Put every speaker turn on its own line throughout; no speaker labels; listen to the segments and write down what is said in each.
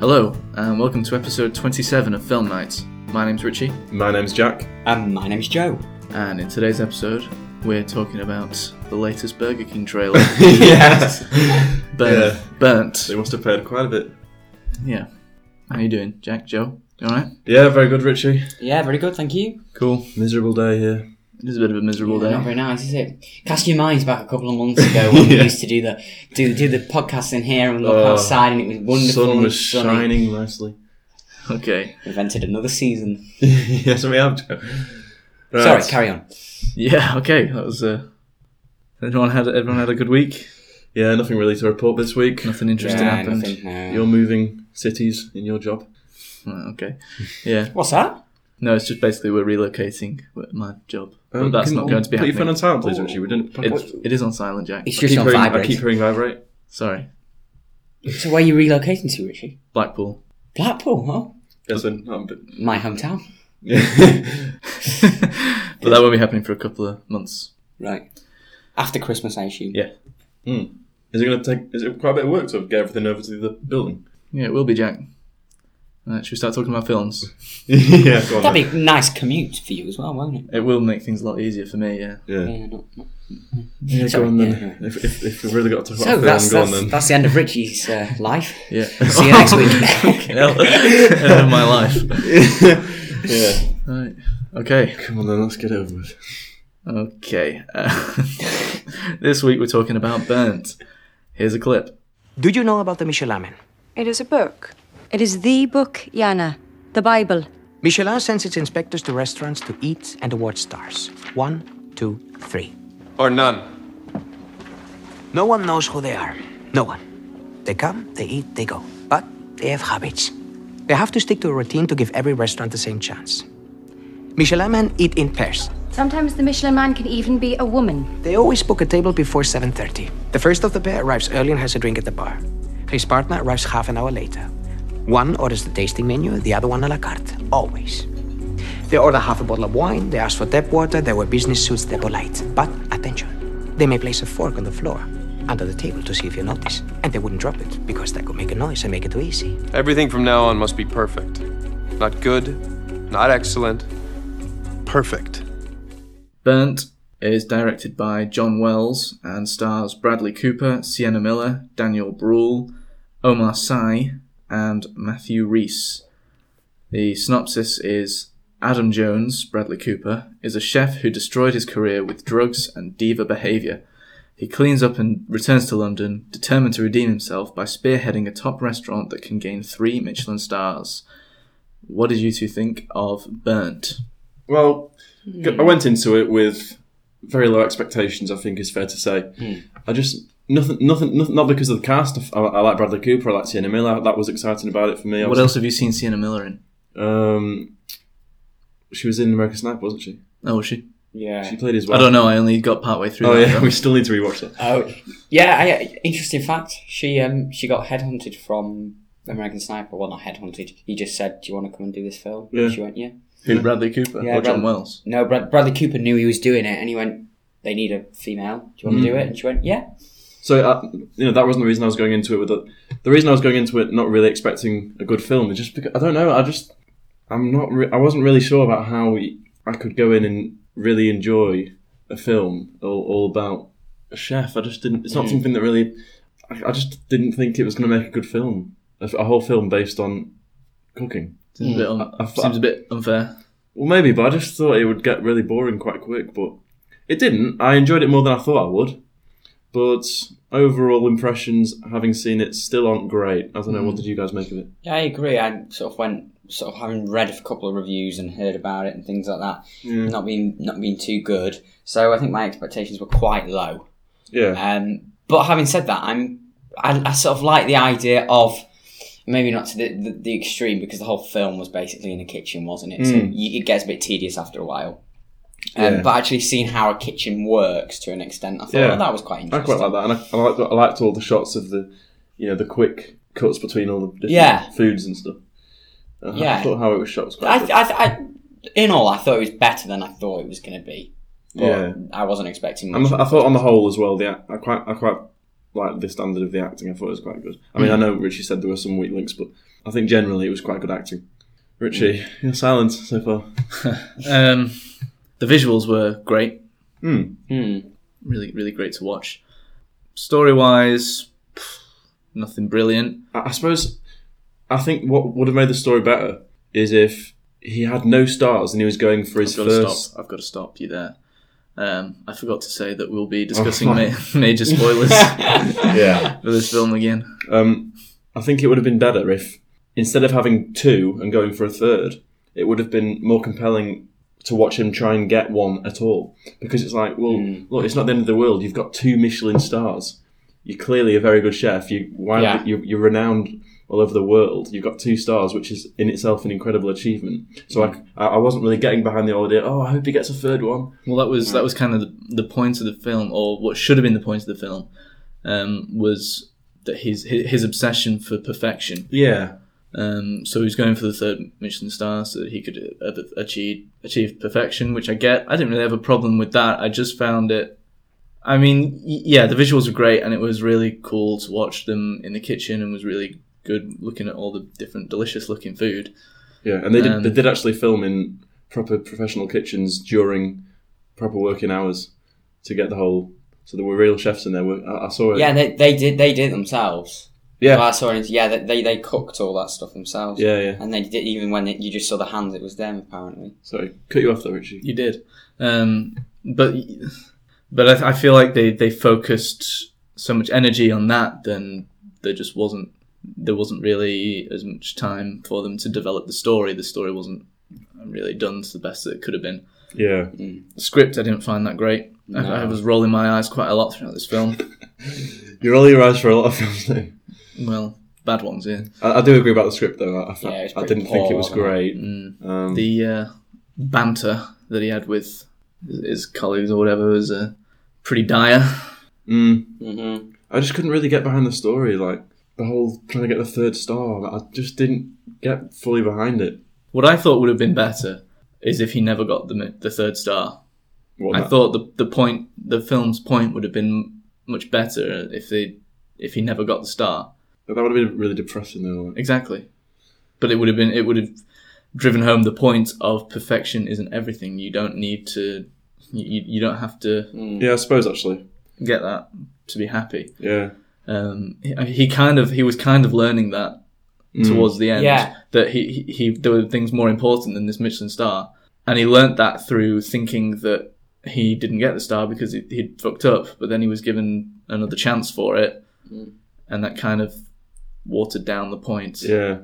Hello, and welcome to episode 27 of Film Nights. My name's Richie,
My name's Jack.
And Um, my name's Joe.
and in today's episode, we're talking about the latest Burger King trailer,
yes.
Burnt.
Yeah.
Burnt.
They must have paid quite a bit.
Yeah. How you doing, Jack? Joe? You alright?
Yeah, very good, Richie.
Yeah, very good, thank you.
Cool. Miserable day here.
It is a bit of a miserable
Not
day.
very nice, is it? Cast your minds back a couple of months ago when we
Yeah.
used to do the do do the podcast in here and look
Oh,
outside, and it was wonderful.
Sun
and
was
sunny.
shining nicely.
Okay.
Invented another season.
yes, we have. Joe. Right.
Sorry, carry on.
Yeah, okay. That was uh everyone had everyone had a good week.
yeah, nothing really to report this week.
Nothing interesting
Yeah,
happened.
nothing, no.
You're moving cities in your job.
Right, okay. Yeah.
What's that?
No, it's just basically we're relocating with my job. But
Um,
that's
can-
not going to be
Put your phone
happening.
on silent, please,
Oh.
Richie. We didn't.
It, it is on silent, Jack.
It's
I,
just
keep
on
hearing, I
vibrate.
keep hearing vibrate.
Sorry.
So where are you relocating to, Richie?
Blackpool.
Blackpool, huh?
Yes, then. um, but-
My hometown.
but that won't be happening for a couple of months.
Right. After Christmas, I assume.
Yeah.
Is it going to take? Is it quite a bit of work to get everything over to the building?
Yeah, it will be, Jack. Uh, should we start talking about films?
yeah, go on. then.
That'd be a nice commute for you as well, won't it?
It will make things a lot easier for me, yeah.
Yeah,
Yeah, not- not-
yeah
Sorry,
go on
yeah,
then.
yeah.
If, if, if we've really got to talk
So
about
that's
film, go on
that's,
then.
that's the end of Richie's uh, life.
Yeah.
See you next week.
Hell, end of my life.
yeah.
Right. Okay.
Come on then, let's get it over with.
Okay. Uh, this week we're talking about Burnt. Here's a clip.
Do you know about the Michelin?
It is a book.
It is the book, Jana, the Bible.
Michelin sends its inspectors to restaurants to eat and award stars. One, two, three.
Or none.
No one knows who they are. No one. They come, they eat, they go. But they have habits. They have to stick to a routine to give every restaurant the same chance. Michelin men eat in pairs.
Sometimes the Michelin man can even be a woman.
They always book a table before 7:30. The first of the pair arrives early and has a drink at the bar. His partner arrives half an hour later. One orders the tasting menu, the other one a la carte. Always. They order half a bottle of wine, they ask for tap water, they wear business suits, they're polite. But attention, they may place a fork on the floor, under the table to see if you notice. And they wouldn't drop it, because that could make a noise and make it too easy.
Everything from now on must be perfect. Not good, not excellent, perfect.
Burnt is directed by John Wells and stars Bradley Cooper, Sienna Miller, Daniel Bruhl, Omar Sy, and Matthew Reese. The synopsis is Adam Jones, Bradley Cooper, is a chef who destroyed his career with drugs and diva behaviour. He cleans up and returns to London, determined to redeem himself by spearheading a top restaurant that can gain three Michelin stars. What did you two think of Burnt?
Well, g-
Hmm.
I went into it with very low expectations. I think is fair to say.
Hmm.
I just nothing, nothing, nothing. Not because of the cast. I, I like Bradley Cooper. I like Sienna Miller. That was exciting about it for me. I
What
was-
else have you seen Sienna Miller in?
Um, she was in American Sniper, wasn't she?
Oh, was she?
Yeah.
She played as
I
well.
don't know. I only got partway through.
Oh
that
yeah,
film.
we still need to rewatch that.
Oh, yeah. I, interesting fact. She um she got headhunted from American Sniper. Well, not headhunted. He just said, "Do you want to come and do this film?"
Yeah.
She went, "Yeah."
Who? Bradley Cooper
Yeah,
or John
Brad-
Wells?
No, Brad, Bradley Cooper knew he was doing it, and he went, "They need a female. Do you want to do it?" And she went, "Yeah."
So uh, you know that wasn't the reason I was going into it with the, the reason I was going into it not really expecting a good film is just because I don't know I just I'm not re- I wasn't really sure about how I could go in and really enjoy a film all, all about a chef I just didn't it's not something that really I, I just didn't think it was going to make a good film a, f- a whole film based on cooking
Seems, a bit un-
I- I thought-
seems a bit unfair.
well maybe but I just thought it would get really boring quite quick but it didn't I enjoyed it more than I thought I would but overall impressions having seen it still aren't great i don't
Hmm.
know what did you guys make of it
Yeah, I agree. I sort of went, sort of having read a couple of reviews and heard about it and things like that, not being not being too good. So I think my expectations were quite low.
yeah
Um, but having said that, I'm I, I sort of like the idea of maybe not to the, the, the extreme because the whole film was basically in a kitchen, wasn't it? So you, it gets a bit tedious after a while. Um,
Hmm. Yeah.
But actually, seeing how a kitchen works to an extent, I thought
Yeah.
"Oh, that was quite
i
interesting.
quite like that and i, I, liked, I liked all the shots of the you know the quick cuts between all the different
Yeah.
foods and stuff Uh,
Yeah.
i thought how it was shot was quite
I,
good.
I, I, in all, I thought it was better than I thought it was going to be. But
Yeah.
I wasn't expecting much.
And I thought on the whole as well the act- i quite i quite like the standard of the acting. I thought it was quite good. I
Mm.
mean, I know Richie said there were some weak links, but I think generally it was quite good acting. Richie,
Mm.
you're silent so far.
Um, the visuals were great.
Hmm.
Really, really great to watch. Story wise, nothing brilliant.
I, I suppose I think what would have made the story better is if he had no stars and he was going for his
I've got to
first.
stop. I've got to stop you there. Um, I forgot to say that we'll be discussing ma- major spoilers for
Oh. Yeah.
this film again.
Um, I think it would have been better if instead of having two and going for a third, it would have been more compelling to watch him try and get one at all because it's like, well, look, it's not the end of the world. You've got two Michelin stars. You're clearly a very good chef. You wildly,
Yeah.
you're, you're renowned all over the world. You've got two stars, which is in itself an incredible achievement. So I, I I wasn't really getting behind the idea. Oh, I hope he gets a third one.
Well, that was that was kind of the, the point of the film, or what should have been the point of the film, um, was that his his his obsession for perfection.
Yeah,
Um, so he was going for the third Michelin star so that he could uh, achieve achieve perfection, which I get. I didn't really have a problem with that. I just found it. I mean, y- yeah, the visuals were great, and it was really cool to watch them in the kitchen, and was really good looking at all the different delicious looking food.
Yeah, and they did.
Um,
they did actually film in proper professional kitchens during proper working hours to get the whole. So there were real chefs in there. Were- I, I saw it.
Yeah, they, they did they did it themselves.
yeah,
Well, I saw it. Yeah, they, they they cooked all that stuff themselves.
yeah, yeah.
And they did even when it, you just saw the hands, it was them apparently.
Sorry, cut you off there, Richie.
You did, um, but but I, I feel like they they focused so much energy on that, then there just wasn't there wasn't really as much time for them to develop the story. The story wasn't really done to the best that it could have been.
Yeah,
Mm.
The script I didn't find that great. I, I was rolling my eyes quite a lot throughout this film.
you roll your eyes for a lot of films. Though.
well, bad ones, yeah.
I, I do agree about the script though. I, I,
Yeah, it's
I
pretty
didn't think it
poor, Mm.
was
wasn't it?
great. Um,
The uh, banter that he had with his colleagues or whatever was uh, pretty dire.
mm,
Mm-hmm.
I just couldn't really get behind the story. Like the whole trying to get the third star. I just didn't get fully behind it.
What I thought would have been better is if he never got the mi- the third star.
What
I
that-
thought the the point the film's point would have been much better if they if he never got the star.
that would have been really depressing though. Like,
Exactly. But it would have been it would have driven home the point of perfection isn't everything. You don't need to you, you don't have to
Mm.
yeah, I suppose actually.
get that to be happy.
Yeah.
Um, he, he kind of he was kind of learning that towards the end
Yeah.
that he, he he there were things more important than this Michelin star, and he learnt that through thinking that he didn't get the star because he, he'd fucked up. But then he was given another chance for it, and that kind of watered down the point.
Yeah.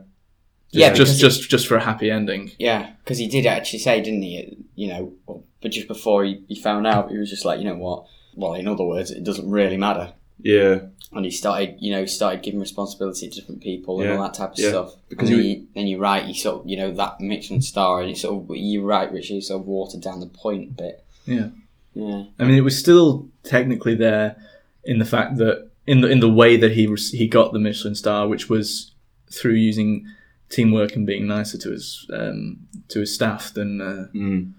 Yeah,
just
because
just just for a happy ending.
he, yeah, because he did actually say, didn't he? You know, well, but just before he, he found out, he was just like, you know what? Well, in other words, it doesn't really matter.
Yeah.
And he started, you know, started giving responsibility to different people
Yeah,
and all that type of
yeah.
stuff.
Because
and
he-
he- then you're right, he sort of, you know, that Michelin star, and it sort of, you're right, Richie, it sort of watered down the point a bit.
Yeah.
Yeah.
I mean, it was still technically there in the fact that in the in the way that he rec- he got the Michelin star, which was through using teamwork and being nicer to his um, to his staff than uh,
Mm.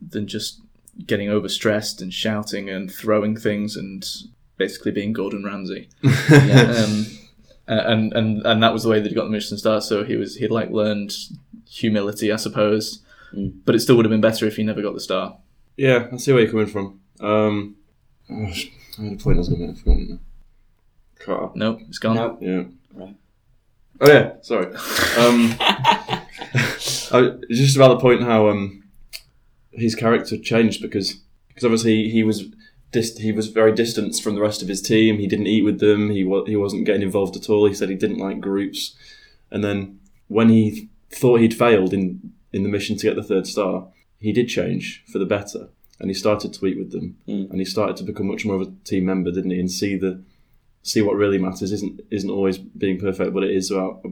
than just getting overstressed and shouting and throwing things and basically being Gordon Ramsay. um, a- and and and that was the way that he got the Michelin star. So he was he'd like learned humility, I suppose. But it still would have been better if he never got the star.
Yeah, I see where you're coming from. Um, oh, sh- I had a point I was going to make, I've forgotten now. Cut up.
No, it's gone.
No.
Yeah.
Right.
Oh yeah, sorry. Um, I, it's just about the point how um, his character changed because because obviously he was dis- he was very distanced from the rest of his team. He didn't eat with them. He wa- he wasn't getting involved at all. He said he didn't like groups. And then when he thought he'd failed in in the mission to get the third star, he did change for the better. And he started to eat with them, and he started to become much more of a team member, didn't he? And see the see what really matters isn't isn't always being perfect, but it is about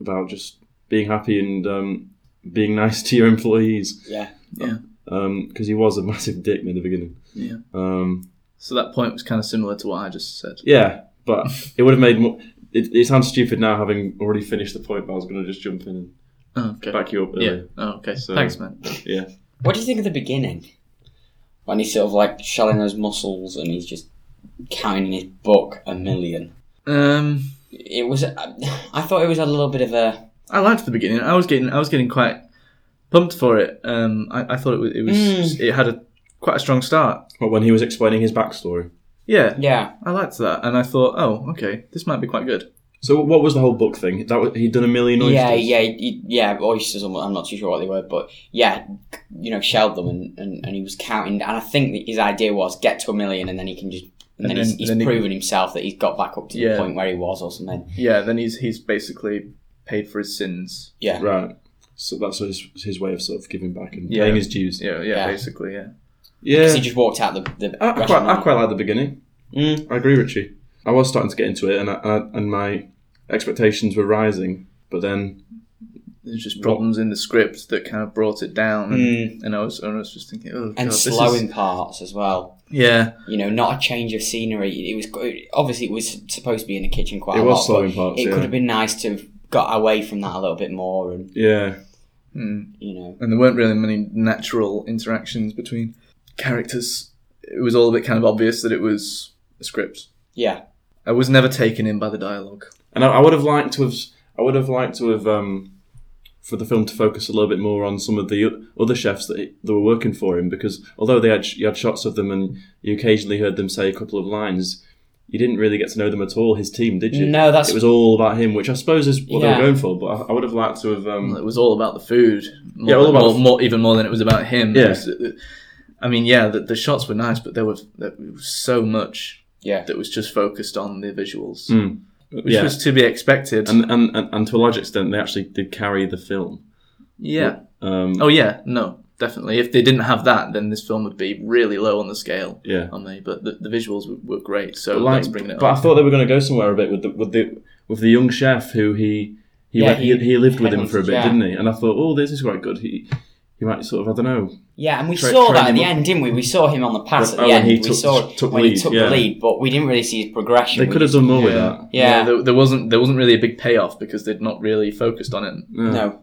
about just being happy and um, being nice to your employees.
Yeah.
Yeah.
Because he was a massive dick in the beginning.
Yeah.
Um,
So that point was kind of similar to what I just said.
yeah, but it would have made more. It, it sounds stupid now, having already finished the point, but I was going to just jump in and
Oh, okay.
back you up.
yeah.
Earlier.
Oh, okay.
So-
Thanks, man.
Yeah,
What do you think of the beginning? When he's sort of like shelling those muscles and he's just counting in his book a million.
Um,
It was. I thought it was a little bit of a.
I liked the beginning. I was getting I was getting quite pumped for it. Um, I, I thought it was it was it had a quite a strong start.
But when he was explaining his backstory.
Yeah,
Yeah.
I liked that, and I thought, oh, okay, this might be quite good.
So what was the whole book thing? That was, he'd done a million oysters.
Yeah, yeah, y- yeah. Oysters. I'm I'm not too sure what they were, but yeah, you know, shelled them and, and, and he was counting. And I think that his idea was get to a million, and then he can just.
And
And, then,
then-
he's, he's
then he-
proven himself that he's got back up to the
Yeah.
point where he was or something.
Yeah, then he's he's basically paid for his sins.
Yeah.
Right. So that's his, his way of sort of giving back and
Yeah.
paying his dues.
Yeah, yeah,
Yeah.
basically, yeah.
Yeah.
Because he just walked out the. the
I, I Ah, quite,
restaurant.
I quite like the beginning.
Mm.
I agree, Richie. I was starting to get into it, and I, I, and my expectations were rising. But then,
There's just problems in the script that kind of brought it down, and, and I was Mm. and I was just thinking, oh, God,
and
this
slow
is-
in parts as well.
yeah,
You know, not a change of scenery. It was obviously it was supposed to be in the kitchen quite
It
a
was
lot.
slow
but
in parts,
It
yeah.
could have been nice to have got away from that a little bit more, and
yeah,
you know,
and there weren't really many natural interactions between characters. It was all a bit kind of obvious that it was a script.
yeah,
I was never taken in by the dialogue.
and I, I would have liked to have, I would have liked to have, um, for the film to focus a little bit more on some of the o- other chefs that, he, that were working for him, because although they had sh- you had shots of them and you occasionally heard them say a couple of lines. You didn't really get to know them at all. His team, did you?
No, that's-
it was all about him, which I suppose is what they
Yeah.
were going for. But I, I would have liked to have. Um,
It was all about the food. More,
Yeah, all about
more,
the-
more- even more than it was about him.
Yeah.
It was- it- I mean, yeah, the, the shots were nice, but there was, there was so much
yeah.
that was just focused on the visuals, which
Hmm. yeah.
was to be expected.
and, and, and, and to a large extent, they actually did carry the film.
yeah.
Um,
Oh yeah. No, definitely. If they didn't have that, then this film would be really low on the scale.
Yeah.
On me, but the, the visuals were, were great. So
but
let's
like,
bring it up.
but I thought they were going to go somewhere a bit with the with the with the young chef who he he
Yeah,
went, he,
he-
he lived with him
headhunted,
for a bit,
yeah.
didn't he? And I thought, oh, this is quite good. He he might sort of I don't know.
Yeah, and we
Tra-
saw
train
that at
him
the
up.
end, didn't we? We saw him on the pass at
Oh,
the
when
end.
he
we
took-
saw
took
when
lead,
he took
yeah.
the lead, but we didn't really see his progression.
They
We
could have
just-
done more with
Yeah.
that.
Yeah.
there, there wasn't there wasn't really a big payoff because they'd not really focused on it.
No,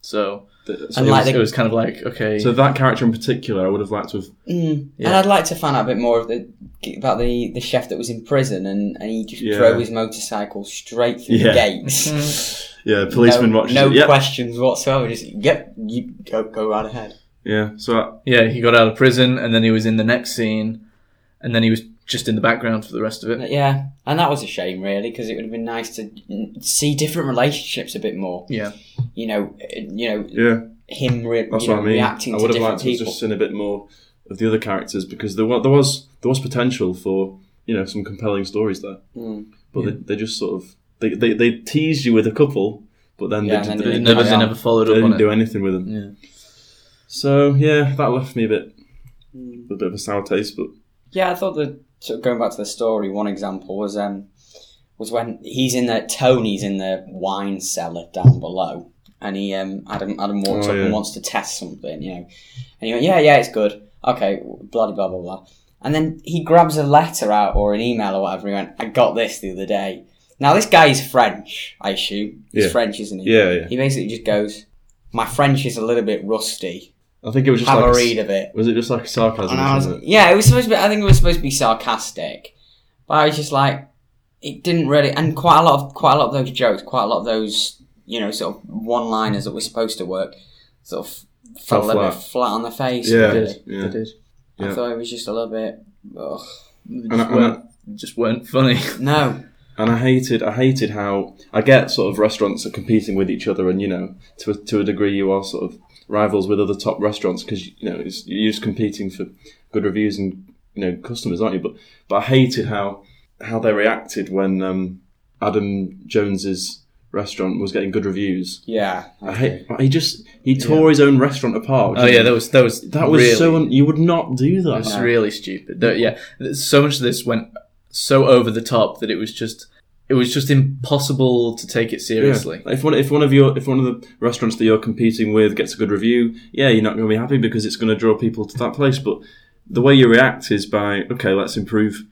So,
Th-
it,
So,
And like
was,
the-
it was kind of like okay,
so that character in particular, I would have liked to have.
and I'd like to find out a bit more of the about the, the chef that was in prison, and, and he just
Yeah.
drove his motorcycle straight through
Yeah.
the gates.
Yeah, policeman
no,
watches.
no
it. Yep.
questions whatsoever. Just yep, you go go right ahead.
Yeah. So I,
yeah, he got out of prison and then he was in the next scene, and then he was just in the background for the rest of it.
But yeah, and that was a shame, really, because it would have been nice to mm, see different relationships a bit more.
Yeah,
You know, uh, you know
yeah,
him re-
that's
you know,
what I mean. I
reacting to
would have
different
liked to have
people.
just seen a bit more of the other characters because there was there was there was potential for you know some compelling stories there.
Hmm.
but they, they just sort of they, they, they teased you with a couple, but then
Yeah,
they, did,
and then
they,
they
didn't
never
carry
they
on.
never followed
they
up
didn't
on
do
it.
anything with them.
Yeah.
So yeah, that left me a bit
Hmm.
with a bit of a sour taste. But
Yeah, I thought the sort of going back to the story. One example was um was when he's in the Tony's in the wine cellar down below, and he um Adam Adam walks
Oh,
up
yeah.
and wants to test something, you know, and he went yeah yeah it's good okay bloody blah blah blah, and then he grabs a letter out or an email or whatever. He went I got this the other day. Now this guy is French, I assume. He's
Yeah.
French, isn't he?
yeah, yeah,
He basically just goes, my French is a little bit rusty.
I think it was just
Have
like s-
a read of it.
Was it just like a sarcasm?
And I
Or
was,
something?
yeah, it was supposed to be, I think it was supposed to be sarcastic, but I was just like, it didn't really, and quite a lot of, quite a lot of those jokes, quite a lot of those, you know, sort of one-liners that were supposed to work, sort of fell
Fell
a little
flat.
bit flat on the face.
Yeah,
really.
yeah.
They did.
Yeah.
I thought it was just a little bit, ugh.
They
And I-
just,
and I-
weren't, just weren't funny.
No.
And I hated, I hated how I get sort of restaurants are competing with each other, and you know, to a, to a degree, you are sort of rivals with other top restaurants because you know it's, you're just competing for good reviews and you know customers, aren't you? But but I hated how how they reacted when um, Adam Jones's restaurant was getting good reviews.
Yeah.
I hate, he just he tore his own restaurant apart.
oh yeah, that was that was
that was
really,
so un- you would not do that.
It's really stupid. There- yeah, th- so much of this went so over the top that it was just it was just impossible to take it seriously.
If one if one of your if one of the restaurants that you're competing with gets a good review, yeah, you're not going to be happy because it's going to draw people to that place. But the way you react is by okay, let's improve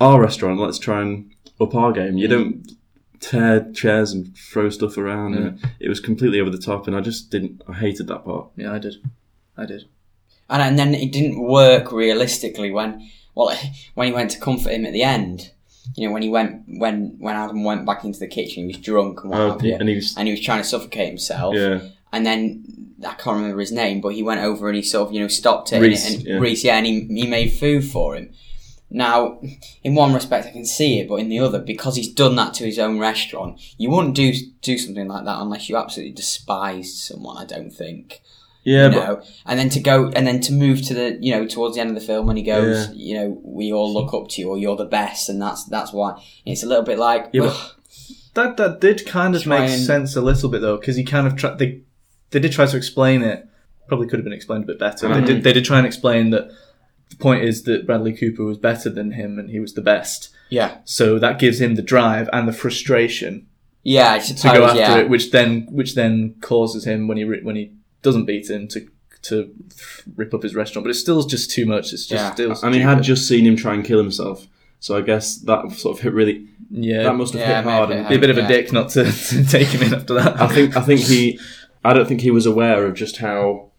our restaurant. Let's try and up our game.
Mm.
You don't tear chairs and throw stuff around. and It was completely over the top, and I just didn't. I hated that part.
Yeah, I did, I did.
and, and then it didn't work realistically when well, when he went to comfort him at the end, you know, when he went when when Adam went back into the kitchen, he was drunk and what
Oh,
have
he-
you,
and he was-
and he was trying to suffocate himself.
Yeah.
And then I can't remember his name, but he went over and he sort of you know stopped it
Reese,
and,
yeah.
and Reese, yeah, and he, he made food for him. Now, in one respect, I can see it, but in the other, because he's done that to his own restaurant, you wouldn't do do something like that unless you absolutely despised someone. I don't think
Yeah,
you
but
know, and then to go and then to move to the you know towards the end of the film when he goes,
Yeah.
you know, we all look up to you or you're the best, and that's that's why it's a little bit like
Yeah, but-
ugh,
That that did kind of
Try
make
and-
sense a little bit though, because he kind of tried. They they did try to explain it. Probably could have been explained a bit better. They
Mm.
did they did try and explain that the point is that Bradley Cooper was better than him and he was the best.
yeah,
So that gives him the drive and the frustration
yeah, I
to
suppose,
go after
yeah.
it, which then which then causes him when he re- when he doesn't beat him to to rip up his restaurant. But it still is just too much. It's just
Yeah.
still
and he had
stupid.
just seen him try and kill himself. So I guess that sort of hit really.
yeah
That must have
Yeah,
hit
may
hard.
have hit
and-
be a bit of a
Yeah.
dick not to, to take him in after that.
I think I think he. I don't think he was aware of just how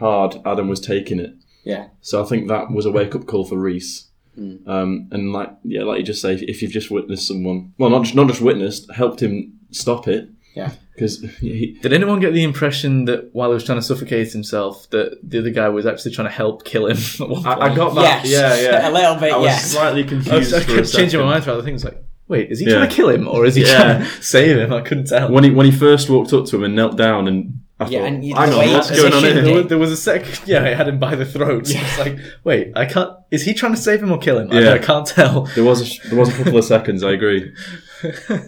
hard Adam was taking it.
yeah,
So I think that was a wake up call for Reese.
Hmm.
Um, and like yeah, like you just say, if you've just witnessed someone, well, not just, not just witnessed, helped him stop it
yeah,
because he,
Did anyone get the impression that while he was trying to suffocate himself, that the other guy was actually trying to help kill him? At one
I, I
point?
got that.
yes,
Yeah, yeah.
a little bit,
I was
yes.
slightly
I was
confused.
I
for a
kept changing my
second.
mind throughout the thing. It's like, wait, is he
Yeah.
trying to kill him or is he
Yeah.
trying to save him? I couldn't tell.
When he when he first walked up to him and knelt down and I
Yeah,
thought,
and you-
hang
the
on,
way he
what's going on
positioned
there,
it.
here?
was, there was a sec. Yeah, I had him by the throat. So it's like, wait, I can't. Is he trying to save him or kill him?
Yeah.
I, I can't tell.
There was a, there was a couple of seconds. I agree.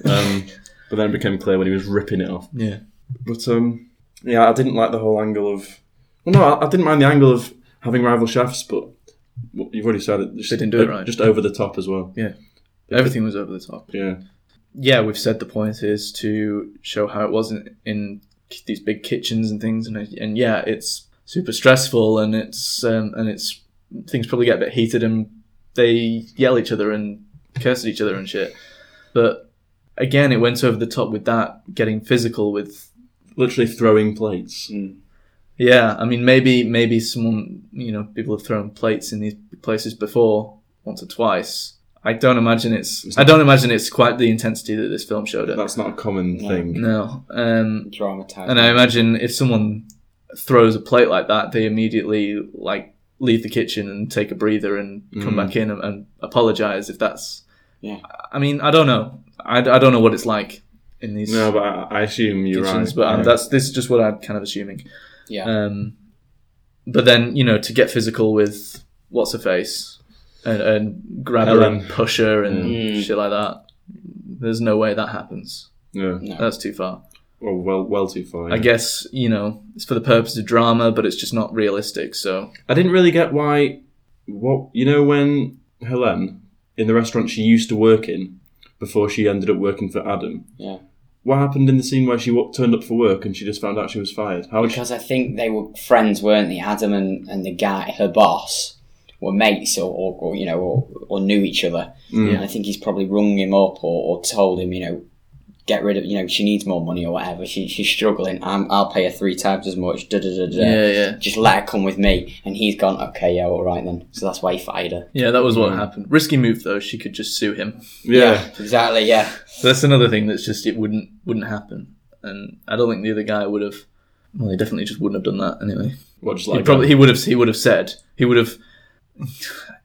Um, but then it became clear when he was ripping it off.
Yeah.
But um, yeah, I didn't like the whole angle of. Well, no, I, I didn't mind the angle of having rival chefs, but well, you've already said it. Just,
They didn't do it right.
Just over the top as well.
Everything was over the top.
Yeah,
yeah, we've said the point is to show how it wasn't in k- these big kitchens and things, and and yeah, it's super stressful, and it's um, and it's things probably get a bit heated, and they yell each other and curse at each other and shit. But again, it went over the top with that getting physical with.
literally throwing plates.
Mm. Yeah, I mean, maybe maybe someone you know people have thrown plates in these places before once or twice. I don't imagine it's. I don't imagine it's quite the intensity that this film showed it.
That's not a common thing.
No, um,
Dramatized.
and I imagine if someone throws a plate like that, they immediately like leave the kitchen and take a breather and come back in and, and apologize if that's.
Mm. Yeah.
I mean, I don't know. I, I don't know what it's like in these
No, but I, I assume you're
kitchens,
right.
but um,
yeah.
that's this is just what I'm kind of assuming.
yeah,
Um, but then you know to get physical with what's her face and, and grab her
Helen.
and push her and
Mm.
shit like that. There's no way that happens.
yeah.
no.
That's too far.
Well, well, well too far.
I
yeah.
guess, you know, it's for the purpose of drama, but it's just not realistic, so.
I didn't really get why. What you know when Helen in the restaurant she used to work in before she ended up working for Adam.
Yeah.
What happened in the scene where she w- turned up for work and she just found out she was fired? How would she?
because I think they were friends, weren't they? Adam and, and the guy, her boss, were mates or, or, or you know, or, or knew each other. And I think he's probably rung him up or, or told him, you know, get rid of, you know, she needs more money or whatever. She, she's struggling. I'm, I'll pay her three times as much. Da, da, da, da.
Yeah, yeah.
Just let her come with me. And he's gone, okay, yeah, all right then. So that's why he fired her.
Yeah, that was what happened. Risky move though, she could just sue him.
Yeah.
Exactly, yeah.
So that's another thing that's just it wouldn't wouldn't happen. And I don't think the other guy would have well, he definitely just wouldn't have done that anyway.
What just
He
like
probably he would have he would have said he would have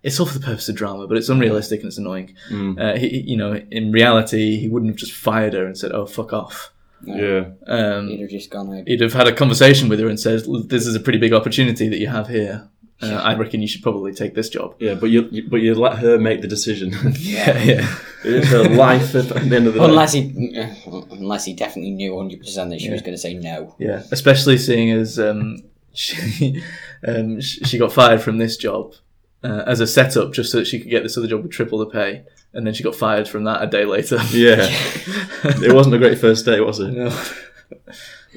it's all for the purpose of drama, but it's unrealistic and it's annoying. Uh, he, he- you know, in reality, he wouldn't have just fired her and said, "Oh, fuck off."
yeah.
Um,
He'd have just gone, like,
he'd have had a conversation with her and said, "This is a pretty big opportunity that you have here. Uh, I reckon you should probably take this job."
Yeah, but you, you but you let her make the decision.
Yeah, yeah,
it's her life at the end of the day.
unless he, uh, unless he definitely knew 100% that she was going to say no.
yeah. Especially seeing as um, she um, sh- she got fired from this job uh, as a setup, just so that she could get this other job with triple the pay, and then she got fired from that a day later.
yeah, it wasn't a great first day, was it?
No.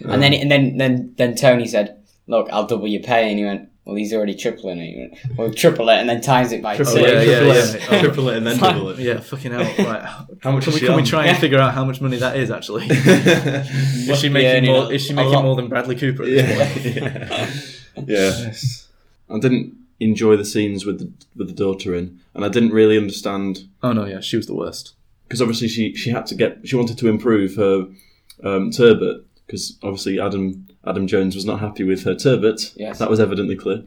And
Um,
then and then then then Tony said, "Look, I'll double your pay." And he went, "Well, he's already tripling it." He went, well, triple it, and then times it by two.
Oh, yeah, yeah,
triple,
yeah.
It, triple it and then double it.
Yeah, fucking hell. Right.
How much
Can we,
is she
can we
on?
try and figure out how much money that is actually? is she making
earning
more?
a-
Is she
a
making
lot.
more than Bradley Cooper at this
yeah. yeah.
point?
I didn't. enjoy the scenes with the, with the daughter in, and I didn't really understand
Oh no, yeah, she was the worst.
because obviously she she had to get she wanted to improve her um, turbot because obviously Adam Adam Jones was not happy with her turbot.
Yes.
that was evidently clear.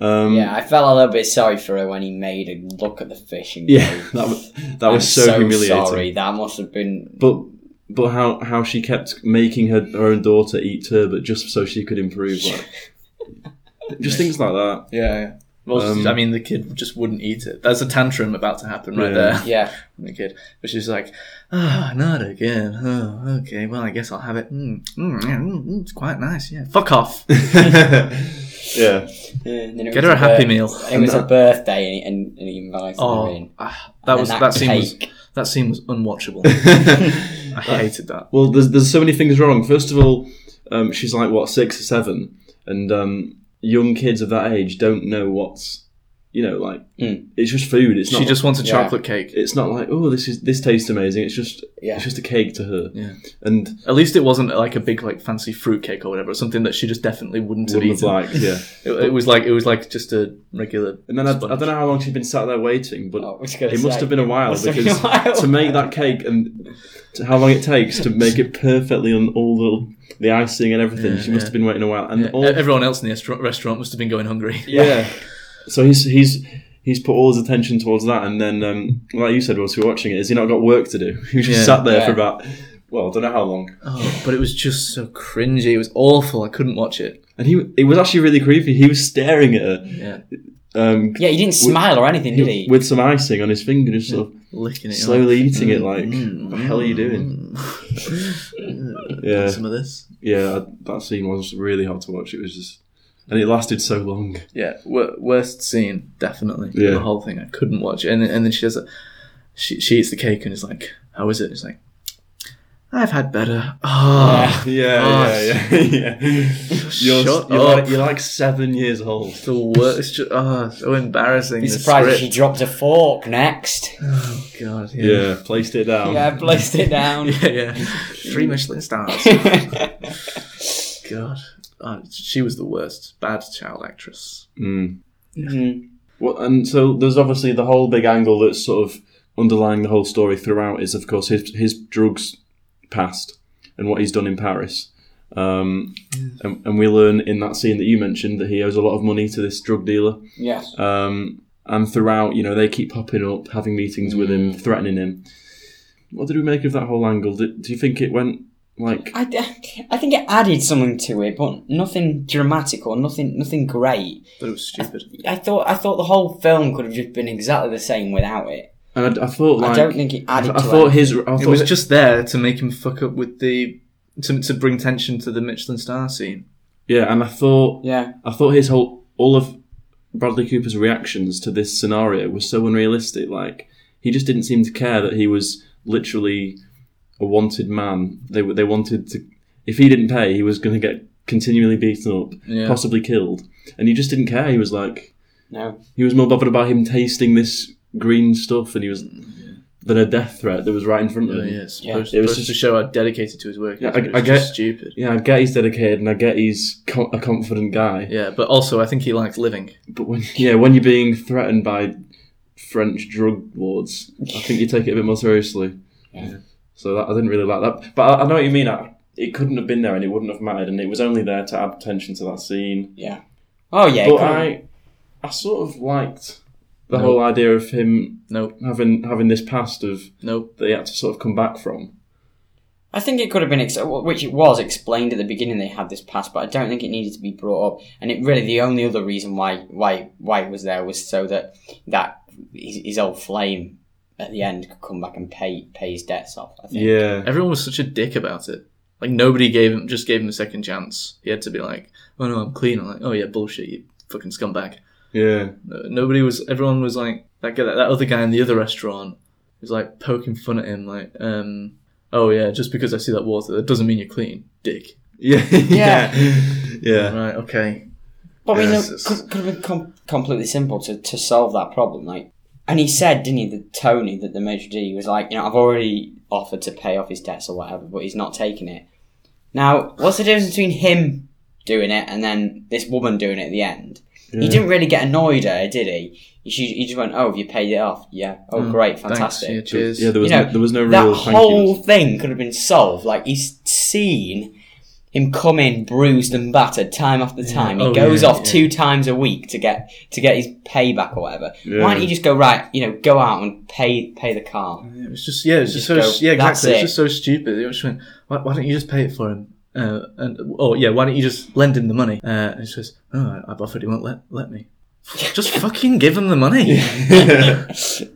Um,
Yeah, I felt a little bit sorry for her when he made her look at the fish and
yeah,
go,
that was that
"I'm
was so, humiliating.
Sorry, that must have been.
But but how how she kept making her, her own daughter eat turbot just so she could improve, like just things like that.
Yeah, yeah. Well,
Um,
I mean, the kid just wouldn't eat it. There's a tantrum about to happen right
Yeah.
there.
Yeah,
from the kid, but she's like, ah, not again. Oh, okay. Well, I guess I'll have it. Mm, mm, yeah, mm, mm, it's quite nice. Yeah. Fuck off.
yeah,
And then it
Get
was
her a happy
bir-
meal.
It was a birthday, and he, and, and he invited her
Oh,
in.
ah, that was
that
that, scene was
cake.
that scene was unwatchable. I hated that.
Well, there's, there's so many things wrong. First of all, um, she's like what six or seven, and um, young kids of that age don't know what's you know like it's just food. It's not
She just wants a
yeah.
chocolate cake.
it's not like oh this is this tastes amazing. It's just
Yeah.
it's just a cake to her.
Yeah.
and
At least it wasn't like a big like fancy fruit cake or whatever. Something that she just definitely wouldn't,
wouldn't have
have eaten.
liked yeah.
It, it was like it was like just a regular.
And then I, I
sponge.
don't know how long she'd been sat there waiting, but
Oh, I was gonna
it must
say.
have been a while
have been
because
a while.
to make that cake and to how long it takes to make it perfectly on all the, the icing and everything, she must
yeah.
have been waiting a while. And
Yeah,
all,
E-, Everyone else in the estra- restaurant must have been going hungry.
Yeah. So he's he's he's put all his attention towards that, and then um, like you said, whilst we were watching it, is he not got work to do? He was just
Yeah.
sat there for
Yeah.
about well, I don't know how long.
Oh, but it was just so cringy. It was awful. I couldn't watch it.
And he it was actually really creepy. He was staring at her
Yeah,
um,
Yeah, he didn't smile or anything, did he?
with some icing on his finger, just sort of
licking it Mm,
slowly eating it. Like, what the hell are you doing?
like,
yeah,
mm. some of this.
yeah. That scene was really hard to watch. It was just. And it lasted so long.
Yeah, wor- worst scene definitely.
Yeah.
the whole thing. I couldn't watch it. And and then she does. A, she she eats the cake and is like, "How is it?" It's like, "I've had better." Oh,
Yeah,
yeah,
yeah, yeah. You're,
Shut
you're,
up.
Like, you're like seven years old.
the worst. It's ju- oh, so embarrassing.
Be
the
surprised if she
script.
dropped a fork next.
God,
Yeah, placed it down.
yeah, placed it down.
yeah, yeah. Three Michelin stars. God, oh, she was the worst. Bad child actress.
Well, and so there's obviously the whole big angle that's sort of underlying the whole story throughout is, of course, his his drugs past and what he's done in Paris. Um, and, and we learn in that scene that you mentioned that he owes a lot of money to this drug dealer.
Yes.
Um, and throughout, you know, they keep popping up, having meetings with him,
Mm.
threatening him. What did we make of that whole angle? Did, do you think it went like?
I, I think it added something to it, but nothing dramatic or nothing nothing great.
But it was stupid.
I thought I thought the whole film could have just been exactly the same without it.
And I, I thought like
I don't think it
I,
added.
I
to
thought
it.
his. I thought
It was just there to make him fuck up with the to, to bring tension to the Michelin star scene.
yeah, and I thought
Yeah.
I thought his whole all of Bradley Cooper's reactions to this scenario was so unrealistic. Like he just didn't seem to care that he was literally a wanted man. They they wanted to. If he didn't pay, he was going to get continually beaten up,
Yeah.
possibly killed, and he just didn't care. He was like
No.
he was more bothered about him tasting this green stuff, and he was than a death threat that was right in front of
Yeah,
him.
Oh, yeah, it's supposed,
It was
supposed
just-
to show how dedicated to his work. he
Yeah,
is,
I-
but it
I
was just
get-
stupid.
Yeah, I get he's dedicated, and I get he's co- a confident guy.
Yeah, but also I think he liked living.
But when yeah, when you're being threatened by French drug lords, I think you take it a bit more seriously. So that, I didn't really like that. But I, I know what you mean. I, it couldn't have been there, and it wouldn't have mattered, and it was only there to add tension to that scene.
Yeah. Oh yeah.
But
cool.
I, I sort of liked the whole idea of him
Nope,
having having this past of
nope.
that he had to sort of come back from.
I think it could have been, ex- which it was explained at the beginning. They had this past, but I don't think it needed to be brought up. And it really, the only other reason why why why it was there was so that that his, his old flame at the end could come back and pay pay his debts off. I think.
Yeah,
Everyone was such a dick about it. Like nobody gave him just gave him a second chance. He had to be like, "Oh no, I'm clean." I'm like, "Oh yeah, bullshit, you fucking scumbag."
yeah,
No- Nobody was. Everyone was like that guy, that other guy in the other restaurant was like poking fun at him, like, um, "Oh yeah, just because I see that water, that doesn't mean you're clean, dick."
yeah, yeah, yeah.
Right? Okay.
But I mean,
Yes,
it
it's-
could, could have been com- completely simple to, to solve that problem. Like, and he said, didn't he, that Tony, that the Major D was like, you know, I've already offered to pay off his debts or whatever, but he's not taking it. Now, what's the difference between him doing it and then this woman doing it at the end? He didn't really get annoyed at her, did he? He, ju- he just went, "Oh, have you paid it off? Yeah. Oh, great,
Mm. Thanks,
fantastic."
yeah, cheers.
Yeah, there was
you know,
no, there was no
that
real thank
whole
yous.
thing could have been solved. Like he's seen him come in bruised and battered time after time. He
Oh,
goes
yeah,
off
yeah.
two times a week to get to get his payback or whatever.
Yeah.
Why don't you just go right? You know, go out and pay pay the car.
It was just yeah, it was just, so
Just go,
yeah
"That's
exactly. It was
it."
just so stupid. It was just went, why, why don't you just pay it for him? Uh, and oh yeah, why don't you just lend him the money? Uh, and he says, oh, I- I've offered, he won't let let me. Just fucking give him the money.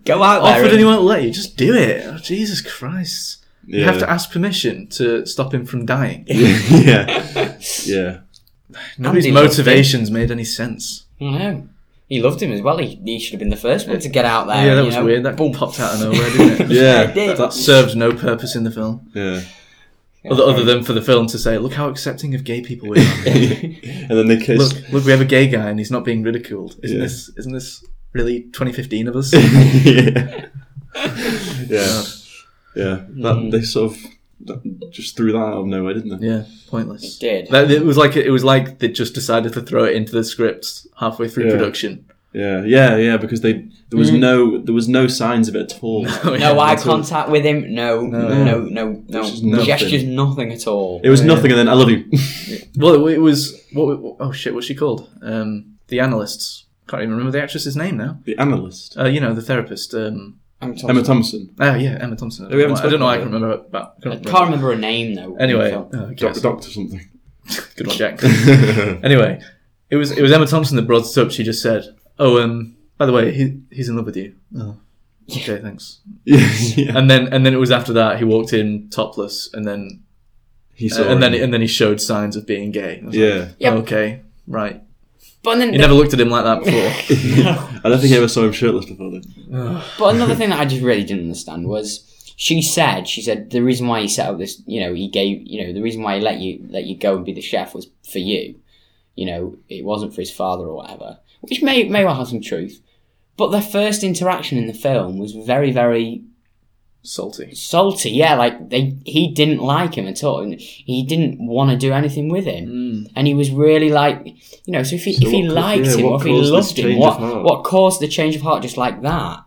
Go out there.
offered
and-
and he won't let you. Just do it. Oh, Jesus Christ! You have to ask permission to stop him from dying.
yeah, yeah.
Nobody's
Andy loved it.
motivations made any sense.
I know. He loved him as well. He, he should have been the first one to get out there.
yeah, that
you
was
know.
weird. That ball popped out of nowhere, didn't it?
Yeah,
did.
That uh, served no purpose in the film,
yeah.
other, other than for the film to say, "Look how accepting of gay people we are."
and then they kiss.
look, look, we have a gay guy and he's not being ridiculed. Isn't
Yeah.
this? Isn't this really 2015 of us?
yeah, yeah, yeah. That, they sort of that- just threw that out of nowhere, didn't they?
Mm. yeah, pointless.
It did.
That, it was like it was like they just decided to throw it into the script halfway through
Yeah.
production.
Yeah, yeah, yeah. Because they there
Mm.
was no there was no signs of it at all.
Oh,
no eye
Until-
contact with him. No, no,
yeah.
no, no, no.
Just nothing.
Gestures, nothing at all.
It was nothing, and then I love you.
Well, it was what? what- Oh shit! What's she called? Um, the analysts. Can't even remember the actress's name now.
the analyst,
Uh, you know, the therapist. Um,
I'm talking-
Emma Thompson,
oh yeah, Emma Thompson.
We haven't
I don't know. I
spoken
can remember about.
I can't remember her name though.
Anyway,
So-
oh,
Doctor
yes.
Doctor something.
good one, Jack. anyway, it was it was Emma Thompson that brought it up. She just said, "Oh, um, by the way, he he's in love with you." Oh, okay, thanks.
yeah, yeah.
And then and then it was after that he walked in topless, and then uh,
He saw
and then
him.
and then he showed signs of being gay. I was like,
yeah,
Yeah.
okay, right.
But then,
You never looked at him like that before.
I don't think I ever saw him shirtless before then.
but another thing that I just really didn't understand was she said she said the reason why he set up this, you know, he gave, you know, the reason why he let you let you go and be the chef was for you. You know, it wasn't for his father or whatever, which may may well have some truth. But their first interaction in the film was very, very
Salty.
salty. Yeah, like they, he didn't like him at all, and he didn't want to do anything with him. And he was really like, you know, so if he if he
Mm. what ca-
liked
yeah,
him
what
or if he
caused this
loved
change
him,
of
what
heart?
what caused the change of heart just like that?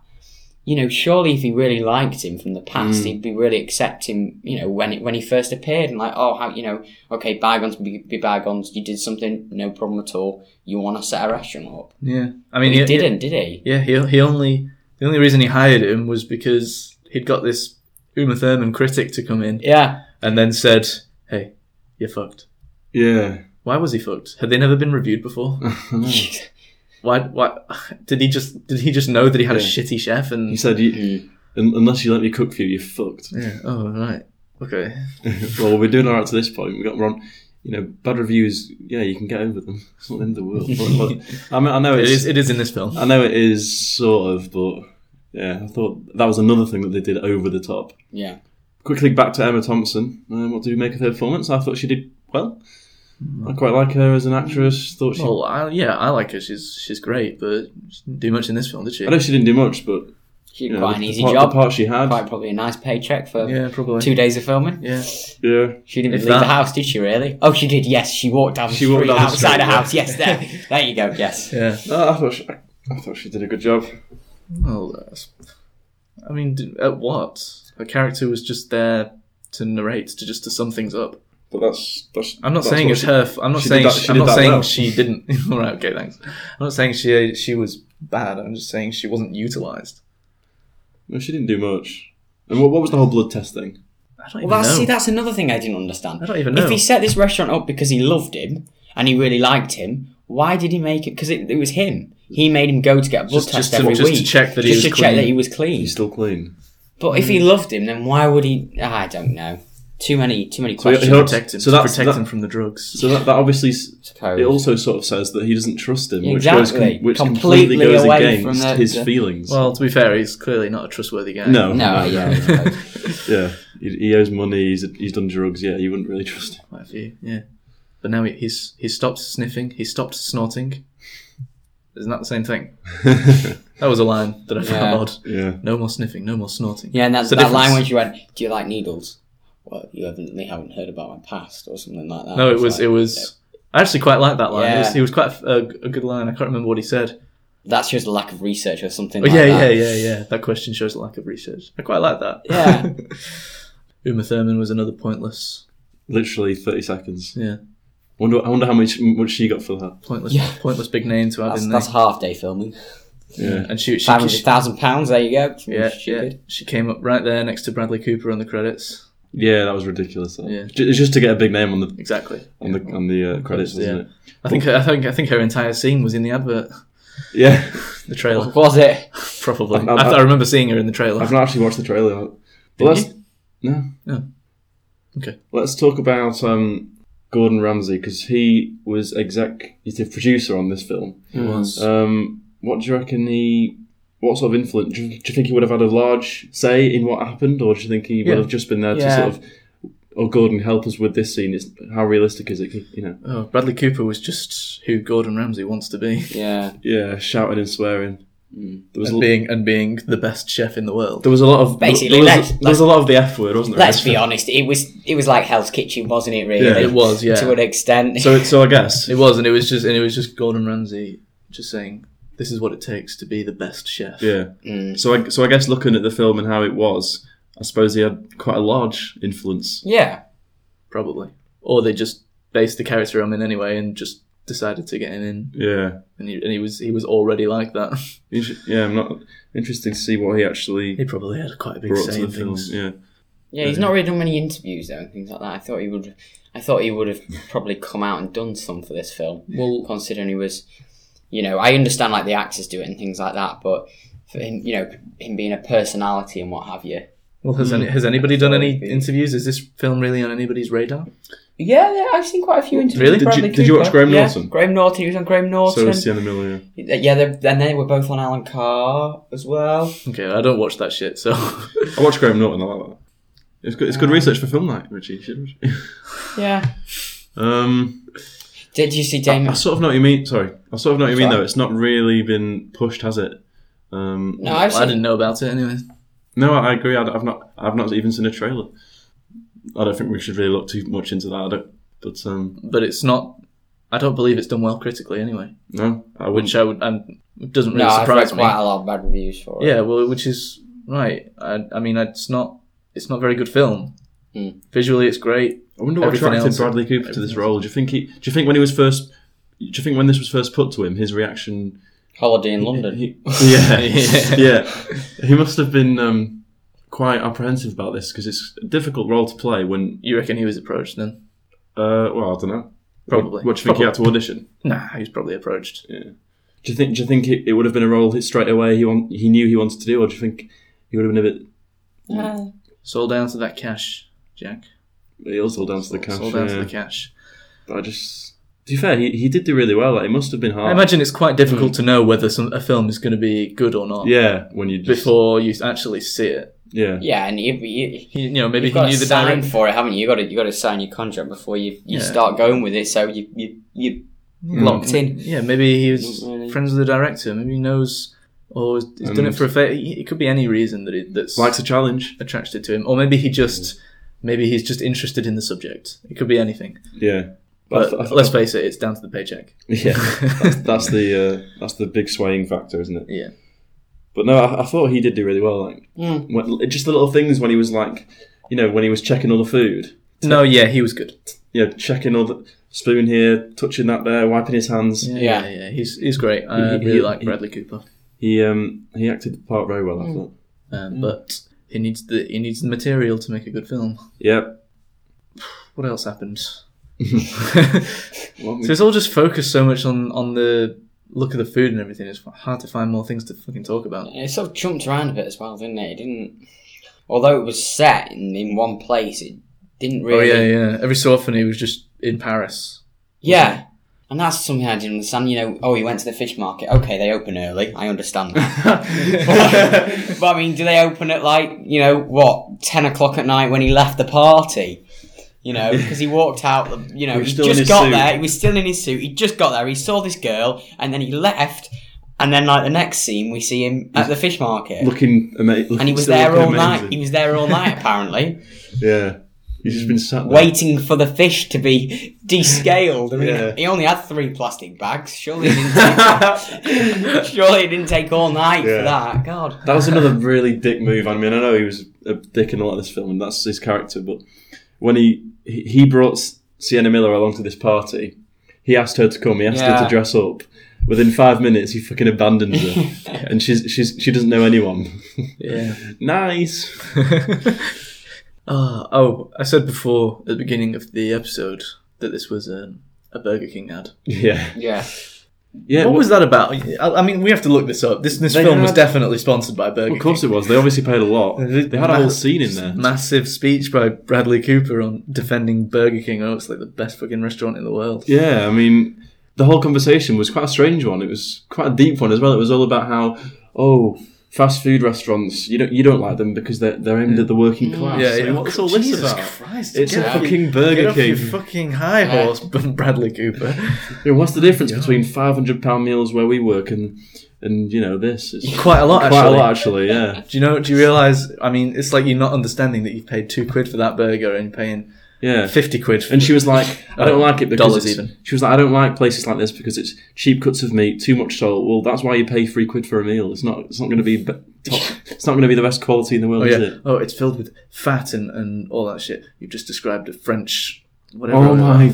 You know, surely if he really liked him from the
Mm.
past, he'd be really accepting. You know, when it, when he first appeared, and like, oh, how you know, okay, bygones be, be bygones. You did something, no problem at all. You want to set a restaurant up?
Yeah, I mean,
He
yeah,
didn't, did he?
Yeah, he he only the only reason he hired him was because he'd got this Uma Thurman critic to come in
Yeah,
and then said, "Hey, you're fucked."
Yeah,
Why was he fucked? Had they never been reviewed before? why? Why did he just did he just know that he had a
Yeah.
shitty chef and
he said,
Mm.
you, "Un- "Unless you let me cook for you, you're fucked."
yeah, oh right, okay,
well, we're doing all right to this point. We got Ron. You know, bad reviews. Yeah, you can get over them. It's not the end of the world. But- but- I mean, I know
it
it's,
is it is in this film.
I know it is sort of, but yeah, I thought that was another thing that they did over the top.
yeah.
Quickly back to Emma Thompson. Um, what do you make of her performance? I thought she did well. I quite like her as an actress. Thought she.
Well, I, yeah, I like her. She's she's great, but she didn't do much in this film, did she?
I know she didn't do much, but
She did
you know,
quite
the-
an
the
easy
part-
job.
The part she had.
quite probably a nice paycheck for
yeah, probably.
two days of filming.
yeah,
Yeah.
She didn't
If
leave
that-
the house, did she? Really? Oh, she did. Yes, she walked down.
She
the
walked
street,
down the
outside
street,
a
yeah.
house. Yes, there. there you go. Yes.
yeah.
No, I thought she. I thought she did a good job.
Well, that's- I mean, d- at what? Her character was just there to narrate, to just to sum things up.
But that's that's.
I'm not
that's
saying
what
it's
she-
her. F- I'm not
she did
saying.
that-
she-
she
I'm
did
not
that
saying
well.
she didn't. All right, okay, thanks. I'm not saying she she was bad. I'm just saying she wasn't utilized.
No, she didn't do much. And what, what was the whole blood test thing?
I don't
Well, that's, see,
even know.
that's another thing I didn't understand.
I don't even know.
If he set this restaurant up because he loved him and he really liked him, why did he make it? Because it, it was him. He made him go to get a blood
Just-
test
just to-
every
just to
week
check that he
just
was
to check that
clean.
he was clean.
He's still clean.
But if he loved him, then why would he? ah, I don't know. Too many, too many
he-
questions.
he'll-
protect him.
so
to
that's-
protect
that-
him from the drugs.
So that, that obviously s-
Suppose.
it also sort of says that he doesn't trust him, which goes
Exactly.
com- which completely,
Completely
goes
away
against
from the-
his
the-
feelings.
Well, to be fair, he's clearly not a trustworthy guy.
no,
no, yeah.
yeah. He, he owes money. He's, he's done drugs. Yeah, you wouldn't really trust him.
Quite a few, yeah. But now he, he's he stopped sniffing. He stopped snorting. Isn't that the same thing? that was a line that I found
Yeah.
odd.
Yeah,
No more sniffing. No more snorting.
Yeah, and that's
The
that line
difference-
when she went, "Do you like needles?" Well, you haven't, you haven't heard about my past or something like that.
No, it
It's
was
like,
it was I actually quite like that line. It, was,
Yeah.
it was quite a, a good line. I can't remember what he said.
That shows lack of research or something.
Oh,
like
yeah,
that.
yeah, yeah, yeah. That question shows a lack of research. I quite like that.
Yeah.
Uma Thurman was another pointless.
Literally thirty seconds.
Yeah,
Wonder, I wonder how much much she got for that.
pointless,
Yeah.
pointless big name to have
That's,
in there.
that's half day filming.
Yeah,
and she, she,
Five hundred
she,
thousand pounds. There you go.
yeah, yeah,
Stupid.
she came up right there next to Bradley Cooper on the credits.
yeah, that was ridiculous. That.
Yeah.
Ju- it's just to get a big name on the
Exactly.
on the on the uh, credits,
Yeah.
isn't it?
I think her, I think I think her entire scene was in the advert,
Yeah,
the trailer.
Was it?
Probably.
I've-
I, I remember seeing her in the trailer.
I've not actually watched the trailer. But
Didn't
let's no
No. Okay.
Let's talk about um, Gordon Ramsay because he was executive producer on this film.
It was.
Um, what do you reckon he? What sort of influence do you, do you think he would have had a large say in what happened, or do you think he
Yeah.
would have just been there
Yeah.
to sort of? Oh, Gordon, help us with this scene. It's how realistic is it? You know,
oh, Bradley Cooper was just who Gordon Ramsay wants to be,
Yeah.
yeah, shouting and swearing. There was a,
and
l-
being and being the best chef in the world.
there was a lot of
Basically,
There was,
let's-
there was a lot of the F word, wasn't there?
Let's be honest. It was it was like Hell's Kitchen, wasn't it? Really.
Yeah.
It was, yeah.
To an extent.
So, so I guess
It was, and it was just and it was just Gordon Ramsay just saying, "This is what it takes to be the best chef."
Yeah. So I so I guess looking at the film and how it was, I suppose he had quite a large influence.
yeah.
probably. Or they just based the character on him anyway and just decided to get him in,
Yeah.
and he, and he was he was already like that.
Inter- Yeah, I'm not interesting to see what he actually
he probably had quite a big
brought
say
to
in
the film.
things.
Yeah.
Yeah. He's not really done many interviews though and things like that. I thought he would. I thought he would have probably come out and done some for this film.
Well-
considering he was, you know, I understand like the actors do it and things like that, but for him, you know, him being a personality and what have you.
Well, has any, has anybody done any
Probably.
interviews? Is this film really on anybody's radar?
Yeah, yeah, I've seen quite a few interviews.
Really?
with
Did
you-
Bradley
did you watch
Cooper.
Graham
Yeah,
Norton?
Graham Norton. He was on Graham
So
Norton.
was Sienna Miller. Yeah.
yeah, they and they were both on Alan Carr as well.
Okay, I don't watch that shit, so
I watched Graham Norton. I like that. It's good. It's good research for film night, Richie. you should-
Yeah.
um,
Did you see
I
Damon?
sort of know what you mean. Sorry, I sort of know what you mean
Sorry.
though. It's not really been pushed, has it? Um,
No, I've
I didn't
seen.
know about it anyway.
no, I agree. I, have not. I've not even seen a trailer. I don't think we should really look too much into that. I don't. But um,
But it's not. I don't believe it's done well critically anyway,
no, I wouldn't.
which I would and it doesn't really
No, I've read
surprise me.
quite a lot of bad reviews for it.
Yeah, well, which is right. I, I mean, it's not. It's not a very good film.
Mm.
Visually, it's great.
I wonder what
Everything
attracted
else-
Bradley Cooper to this role. Do you think he? Do you think when he was first? Do you think when this was first put to him, his reaction?
Holiday in London.
He, yeah, yeah. He must have been um, quite apprehensive about this because it's a difficult role to play. When
You reckon he was approached then?
uh, well, I don't know.
Probably.
What, what do you think he had to audition?
Nah, he was probably approached.
Do you think? Do you think it, it would have been a role that straight away he want, he knew he wanted to do, or do you think he would have been a bit?
Sold down to that cash, Jack.
He also down to the cash.
Sold down
yeah.
to the cash.
But I just. To be fair, he, he did do really well. Like, it must have been hard.
I imagine it's quite difficult to know whether some, a film is going to be good or not
yeah, when you just
before you actually see it.
yeah
yeah, and you, you,
He, you know, maybe
you've
he
got to
knew the
sign
director.
for it, haven't you? You got to you got to sign your contract before you, you
Yeah.
start going with it. So you you you locked in.
Yeah, maybe he was
Not really.
friends with the director. Maybe he knows, or he's done it
And-
for a fa It could be any reason that it, that's
likes a challenge.
attracted to him, or maybe he just, maybe he's just interested in the subject. It could be anything.
Yeah,
But
I th- I th-
let's face it, it's down to the paycheck.
Yeah, that's, that's the uh, that's the big swaying factor, isn't it?
Yeah.
But no, I, I thought he did do really well. Like,
Hmm.
when, just the little things when he was like, you know, when he was checking all the food,
No, yeah, he was good.
you know, checking all the spoon here, touching that there, wiping his hands.
yeah, yeah. He's he's great. I
He- he-
really like
he-
Bradley Cooper,
He um he acted the part very well. I thought.
um,
Mm.
but he needs the he needs the material to make a good film.
Yep.
What else happened?
Well, we-
So it's all just focused so much on on the look of the food and everything. It's hard to find more things to fucking talk about.
It sort of jumped around a bit as well, didn't it? It didn't. Although it was set in, in one place, it didn't
Oh
really.
yeah, yeah. Every so often he was just in Paris.
Yeah. And that's something I didn't understand. You know, oh, he went to the fish market. Okay, they open early. I understand that. but, I mean, do they open at like, you know, what, 10 o'clock at night when he left the party? You know, because he walked out, you know,
was
he
still in
just
his
got
suit.
there. He was still in his suit. He just got there. He saw this girl and then he left. And then, like, the next scene, we see him at the fish market.
looking amazing.
and he was there all night. He was there all night, apparently.
Yeah. He's just been sat there.
waiting for the fish to be descaled. I mean,
Yeah.
he only had three plastic bags. Surely, it didn't take, surely it didn't take all night
Yeah.
for that. God,
That was another really dick move. I mean, I know he was a dick in a lot of this film, and that's his character. But when he he he brought Sienna Miller along to this party, he asked her to come. He asked her
Yeah.
to dress up. Within five minutes, he fucking abandons her, and she's she's she doesn't know anyone.
Yeah.
nice.
Ah, oh, I said before at the beginning of the episode that this was a, a Burger King ad.
Yeah.
yeah.
Yeah.
What
wha-
was that about? I, I mean, we have to look this up. This this
They
film was
had-
definitely sponsored by Burger King.
Of course it was. They obviously paid a lot. They had a whole scene in there.
Massive speech by Bradley Cooper on defending Burger King. Oh, it's like the best fucking restaurant in the world.
Yeah, I mean, the whole conversation was quite a strange one. It was quite a deep one as well. It was all about how, oh, fast food restaurants, you don't you don't like them because they're they're aimed at the working class.
Mm. Yeah,
I mean,
yeah.
what's all this
Jesus
about?
Christ,
it's
get
a
off your-
fucking Burger
Get off
King.
your fucking high horse, Bradley Cooper.
You know, what's the difference between five hundred pound meals where we work and and you know this? It's
Quite a lot,
Quite
actually.
a lot actually. Yeah,
Do you know? Do you realize? I mean, it's like you're not understanding that you've paid two quid for that burger and you're paying
yeah.
fifty quid. For
And she was like, I don't
Oh,
like it because
dollars
it's,
even.
she was like, I don't like places like this because it's cheap cuts of meat, too much salt. Well, that's why you pay three quid for a meal. It's not. It's not going to be. be- Top, it's not going to be the best quality in the world,
oh
is
yeah,
it?
oh it's filled with fat and and all that shit. You've just described a French whatever.
Oh my.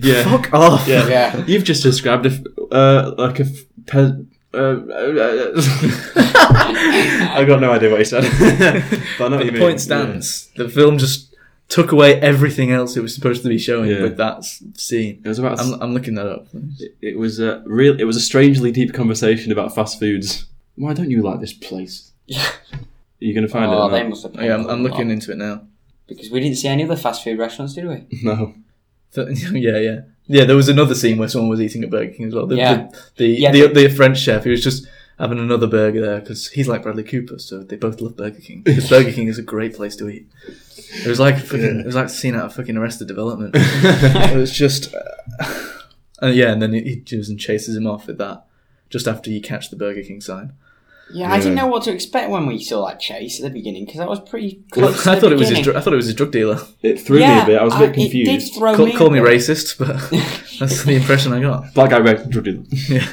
Yeah.
Fuck off.
Yeah.
Yeah.
You've just described a f- uh, like a f- pe- uh, uh, I got no idea what he said. but I know what
But
you
the
mean.
point stands. The film just took away everything else it was supposed to be showing
Yeah.
with that s- scene.
Yeah. It was about.
I'm, I'm looking that up.
it was a real. It was a strangely deep conversation about fast foods. Why don't you like this place? Are you going to find
Oh,
it?
they
Matt?
must have.
Oh, yeah, I'm,
paid
I'm
a
looking
lot.
into it now.
because we didn't see any other fast food restaurants, did we?
No.
So- yeah, yeah, yeah. There was another scene where someone was eating a Burger King as well. The
Yeah.
the the,
Yeah,
the,
but-
the French chef who was just having another burger there because he's like Bradley Cooper, so they both love Burger King. 'Cause Burger King is a great place to eat. It was like fucking, it was like a scene out of fucking Arrested Development. it was just, uh, and yeah, and then he, he goes and chases him off with that just after you catch the Burger King sign.
Yeah, I didn't
Yeah.
know what to expect when we saw that chase at the beginning because that was pretty
I
close. to the
thought it was his,
beginning.
dr- I thought it was his drug dealer.
It threw me
Yeah,
a bit. I was a bit
I- it did
confused.
throw
Call,
Oh, me a
call me
bit.
racist, but that's the impression I got.
Black guy wrecked drug dealer.
Yeah.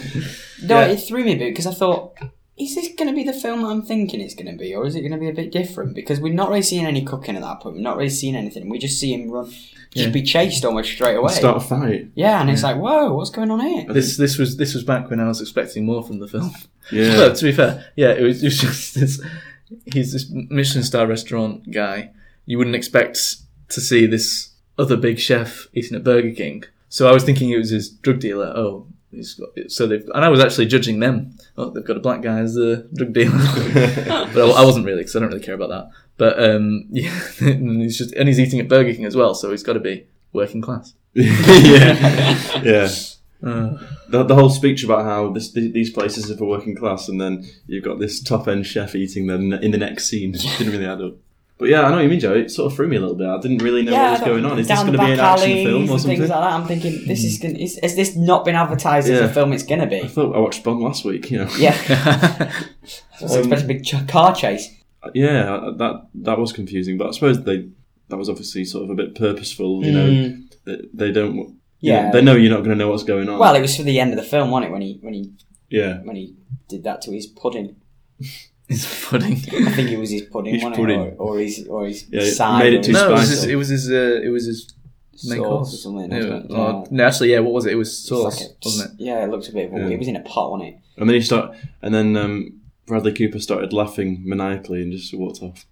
No,
Yeah.
it threw me a bit because I thought, is this going to be the film I'm thinking it's going to be, or is it going to be a bit different? Because we're not really seeing any cooking at that point. We're not really seeing anything. We just see him run, just
Yeah.
be chased almost straight away.
Start a fight.
Yeah, and it's like, whoa, what's going on here?
This this was this was back when I was expecting more from the film.
Yeah.
Well, to be fair, yeah, it was, it was just this. He's this Michelin star restaurant guy. You wouldn't expect to see this other big chef eating at Burger King. So I was thinking it was his drug dealer. Oh, he's got, so they've and I was actually judging them. Oh, they've got a black guy as a drug dealer, but I, I wasn't really because I don't really care about that. But um, yeah, and he's just and he's eating at Burger King as well, so he's got to be working class.
yeah. Yeah.
Uh,
The, the whole speech about how this, th- these places are for working class, and then you've got this top end chef eating them in the next scene. Didn't really add up. But yeah, I know what you mean, Joe. It sort of threw me a little bit. I didn't really know what was
I
going
thought-
on. Is this
down
going
the
to be an
back
action
alleys
film or
and
something? Mm.
Things like that. I'm thinking, this is going. Is, has this not been advertised as
Yeah.
the film it's going to be?
I thought I watched Bond last week. You know.
Yeah, I was expecting a big ch- car chase.
yeah. That that was confusing, but I suppose they that was obviously sort of a bit purposeful. You know, they, they don't. w- you know,
Mm. Yeah.
they know you're not going to know what's going on.
Well, it was for the end of the film, wasn't it? When he when he
yeah.
when he did that to his pudding.
it's pudding.
I think it was his pudding,
His
wasn't
pudding.
it? Or, or his or his
Yeah, it
side.
made it
or
too
his
No, it was
spicy.
his. It was his. Uh, it was his main
Sauce
course
or something,
Yeah,
wasn't it?
or-
Yeah.
no, actually, yeah. What was it? It was sauce,
like a-
wasn't it?
Yeah, it looks a bit.
Yeah.
It was in a pot, wasn't it?
And then he start, and then um, Bradley Cooper started laughing maniacally and just walked off.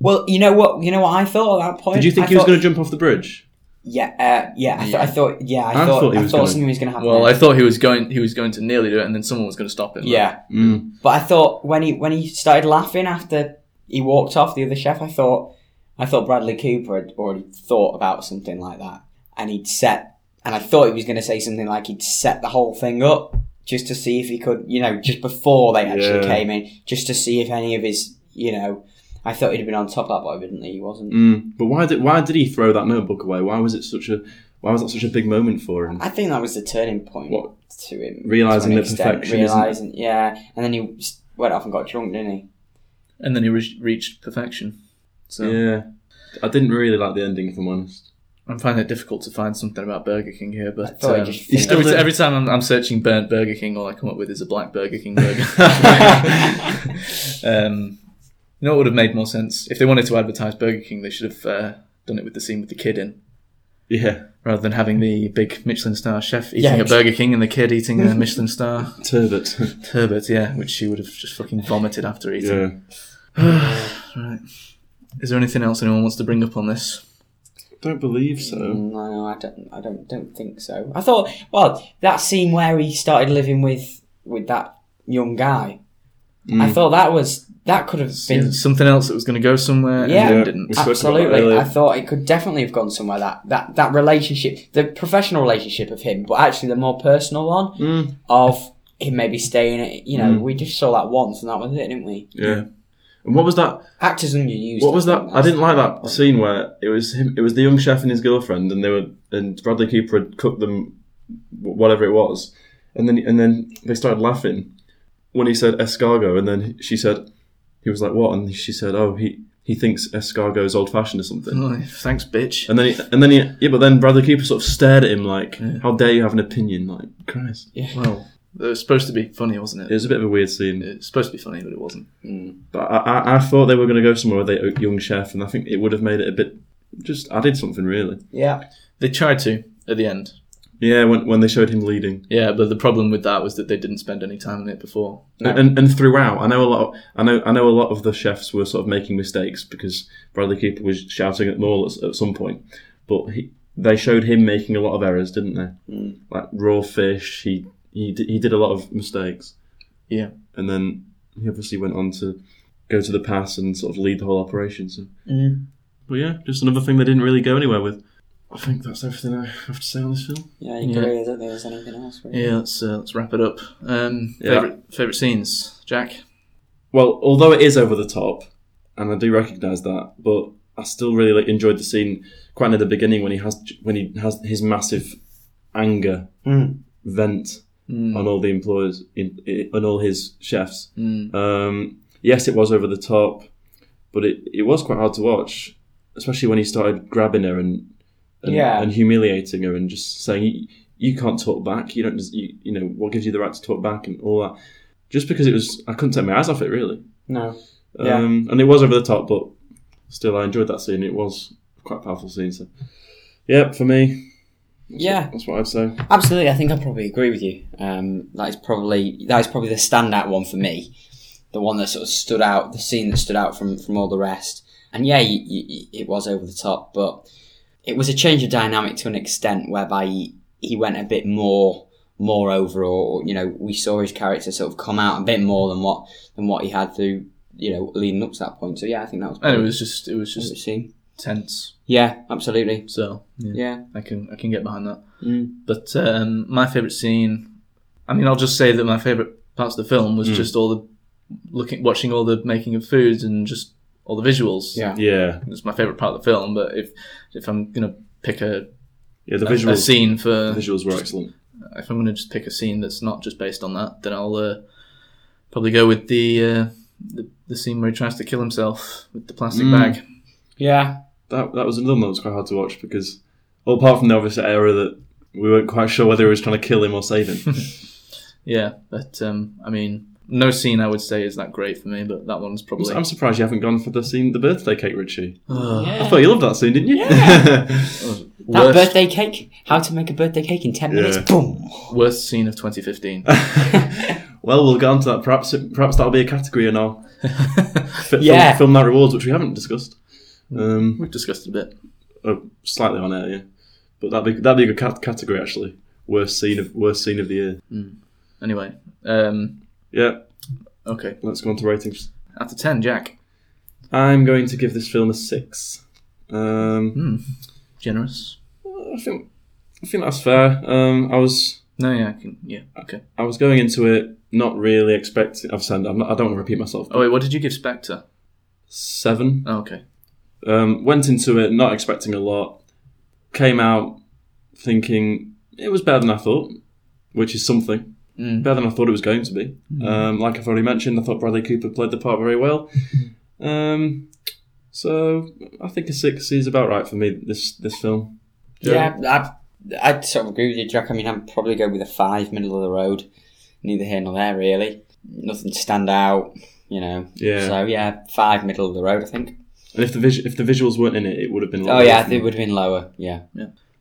Well, you know what? You know what I thought at that point.
Did you think
I
he was
thought-
going to jump off the bridge?
Yeah, uh, yeah. I, th- I thought. Yeah, I,
I
thought.
thought he
I
was
thought
gonna-
something was going to happen.
Well, I
there.
thought he was going. He was going to nearly do it, and then someone was going to stop him.
yeah,
Mm.
but I thought when he when he started laughing after he walked off the other chef, I thought, I thought Bradley Cooper had already thought about something like that, and he'd set. And I thought he was going to say something like he'd set the whole thing up just to see if he could, you know, just before they actually
Yeah.
came in, just to see if any of his, you know, I thought he'd have been on top of that, but evidently he wasn't.
Mm. But why did why did he throw that notebook away? Why was it such a why was that such a big moment for him?
I think that was the turning point
What?
to him.
Realising
to an
that
extent,
perfection isn't-
realising, yeah. And then he s- went off and got drunk, didn't he?
and then he re- reached perfection. So
Yeah, I didn't really like the ending, if I'm honest.
I'm finding it difficult to find something about Burger King here, but
thought I
um,
just-
You still
every,
did-
every time I'm, I'm searching burnt Burger King, all I come up with is a black Burger King burger. um, you know what would have made more sense if they wanted to advertise Burger King? They should have uh, done it with the scene with the kid in,
Yeah,
rather than having the big Michelin star chef eating
Yeah,
a
which-
Burger King and the kid eating a Michelin star
turbot.
turbot. Yeah, which she would have just fucking vomited after eating.
yeah.
Is there anything else anyone wants to bring up on this?
Don't believe so.
Mm, No, I don't. I don't. Don't think so. I thought. Well, that scene where he started living with with that young guy.
Mm.
I thought that was that could have been
Something else that was going to go somewhere
Yeah.
and
Yeah.
it didn't.
spoke about that
absolutely.
earlier.
I thought it could definitely have gone somewhere. That that that relationship, the professional relationship of him, but actually the more personal one
Mm.
of him maybe staying. At, you know, we just saw that once, and that was it, didn't we?
Yeah. And what was that?
Actors underused.
What was
I
that?
think
I didn't like
that's-
that scene where it was him. It was the young chef and his girlfriend, and they were and Bradley Cooper had cooked them wh- whatever it was, and then and then they started laughing when he said escargot, and then she said he was like what, and she said oh he he thinks escargot is old fashioned or something,
Oh, thanks, bitch.
and then he, and then he, yeah, but then Bradley Cooper sort of stared at him like how dare you have an opinion like Christ.
Well, it was supposed to be funny, wasn't
It was a bit of a weird scene.
It's supposed to be funny, but it wasn't.
But I, I, I thought they were going to go somewhere with a young chef, and I think it would have made it a bit just added something really.
Yeah.
They tried to at the end.
Yeah, when when they showed him leading
Yeah, but the problem with that was that they didn't spend any time on it before.
and and throughout, I know a lot. Of, I know I know a lot of the chefs were sort of making mistakes because Bradley Cooper was shouting at them all at, at some point, but he, they showed him making a lot of errors, didn't they? Mm. Like raw fish, he he di- he did a lot of mistakes,
Yeah.
and then he obviously went on to go to the pass and sort of lead the whole operation. So. But yeah, just another thing they didn't really go anywhere with. Mm. I think that's everything I have to say on this film.
Yeah, you
Yeah.
could really, I don't think there's anything else. Really.
Yeah, let's uh, let's wrap it up. Um,
Yeah.
favorite favorite scenes, Jack.
Well, although it is over the top, and I do recognise that, but I still really like, enjoyed the scene quite near the beginning when he has when he has his massive anger vent on all the employers in, i on all his chefs. Um, yes, it was over the top, but it, it was quite hard to watch, especially when he started grabbing her and and,
Yeah.
and humiliating her and just saying you, you can't talk back. You don't des- you, you know what gives you the right to talk back and all that. Just because it was, I couldn't take my eyes off it really.
No. Yeah.
Um, and it was over the top, but still, I enjoyed that scene. It was quite a powerful scene. So, yeah, for me,
Yeah.
that's what I'd say.
Absolutely, I think I probably agree with you. Um, that is probably that is probably the standout one for me, the one that sort of stood out, the scene that stood out from from all the rest. And yeah, you, you, you- it was over the top, but it was a change of dynamic to an extent whereby he, he went a bit more more over, or you know, we saw his character sort of come out a bit more than what than what he had through you know leading up to that point. So yeah, I think that was
And
probably
it was just it was
a good
just
scene.
tense.
Yeah, absolutely.
So yeah,
Yeah,
I can I can get behind that. But um, my favorite scene, I mean, I'll just say that my favorite parts of the film was just all the looking, watching all the making of foods and just all the visuals.
yeah,
Yeah,
it's my favorite part of the film. But if if I'm gonna pick a,
yeah. The
a, a
visuals,
scene for
the visuals were excellent.
if I'm going to just pick a scene that's not just based on that, then I'll uh, probably go with the, uh, the the scene where he tries to kill himself with the plastic bag.
yeah.
That that was another one that was quite hard to watch because, well, apart from the obvious error that we weren't quite sure whether he was trying to kill him or save him.
Yeah, but um, I mean, no scene I would say is that great for me, but that one's probably.
I'm surprised you haven't gone for the scene, the birthday cake, Richie.
Yeah.
I thought you loved that scene, didn't you?
That
Worst-
birthday cake. How to make a birthday cake in ten minutes.
Yeah.
Boom.
worst scene of 2015.
well, we'll get on to that. Perhaps it, perhaps that'll be a category in our fi-
Yeah.
film, film night rewards, which we haven't discussed.
Mm.
Um,
We've discussed it a bit.
Oh, slightly on air, yeah. But that'd be that'd be a good cat- category actually. Worst scene of worst scene of the year.
Anyway, um,
Yeah,
okay.
let's go on to ratings.
Out of 10, Jack.
I'm going to give this film a six. Um,
Generous.
I think I think that's fair. Um, I was
No, yeah, I can, yeah, okay.
I was going into it not really expecting. I've said I'm not, I don't want to repeat myself.
Oh, wait, what did you give Spectre?
Seven.
Oh, okay.
Um, went into it not expecting a lot. Came out thinking it was better than I thought, which is something.
Mm.
Better than I thought it was going to be. Um, like I've already mentioned, I thought Bradley Cooper played the part very well. Um, So I think a six is about right for me. This this film.
Yeah, I, I'd sort of agree with you, Jack. I mean, I'd probably go with a five, middle of the road. Neither here nor there, really. Nothing to stand out, you know.
Yeah.
So, yeah, five, middle of the road, I think.
And if the vis- if the visuals weren't in it, it would have been.
Oh,
lower
yeah,
for me.
it would have been lower, yeah.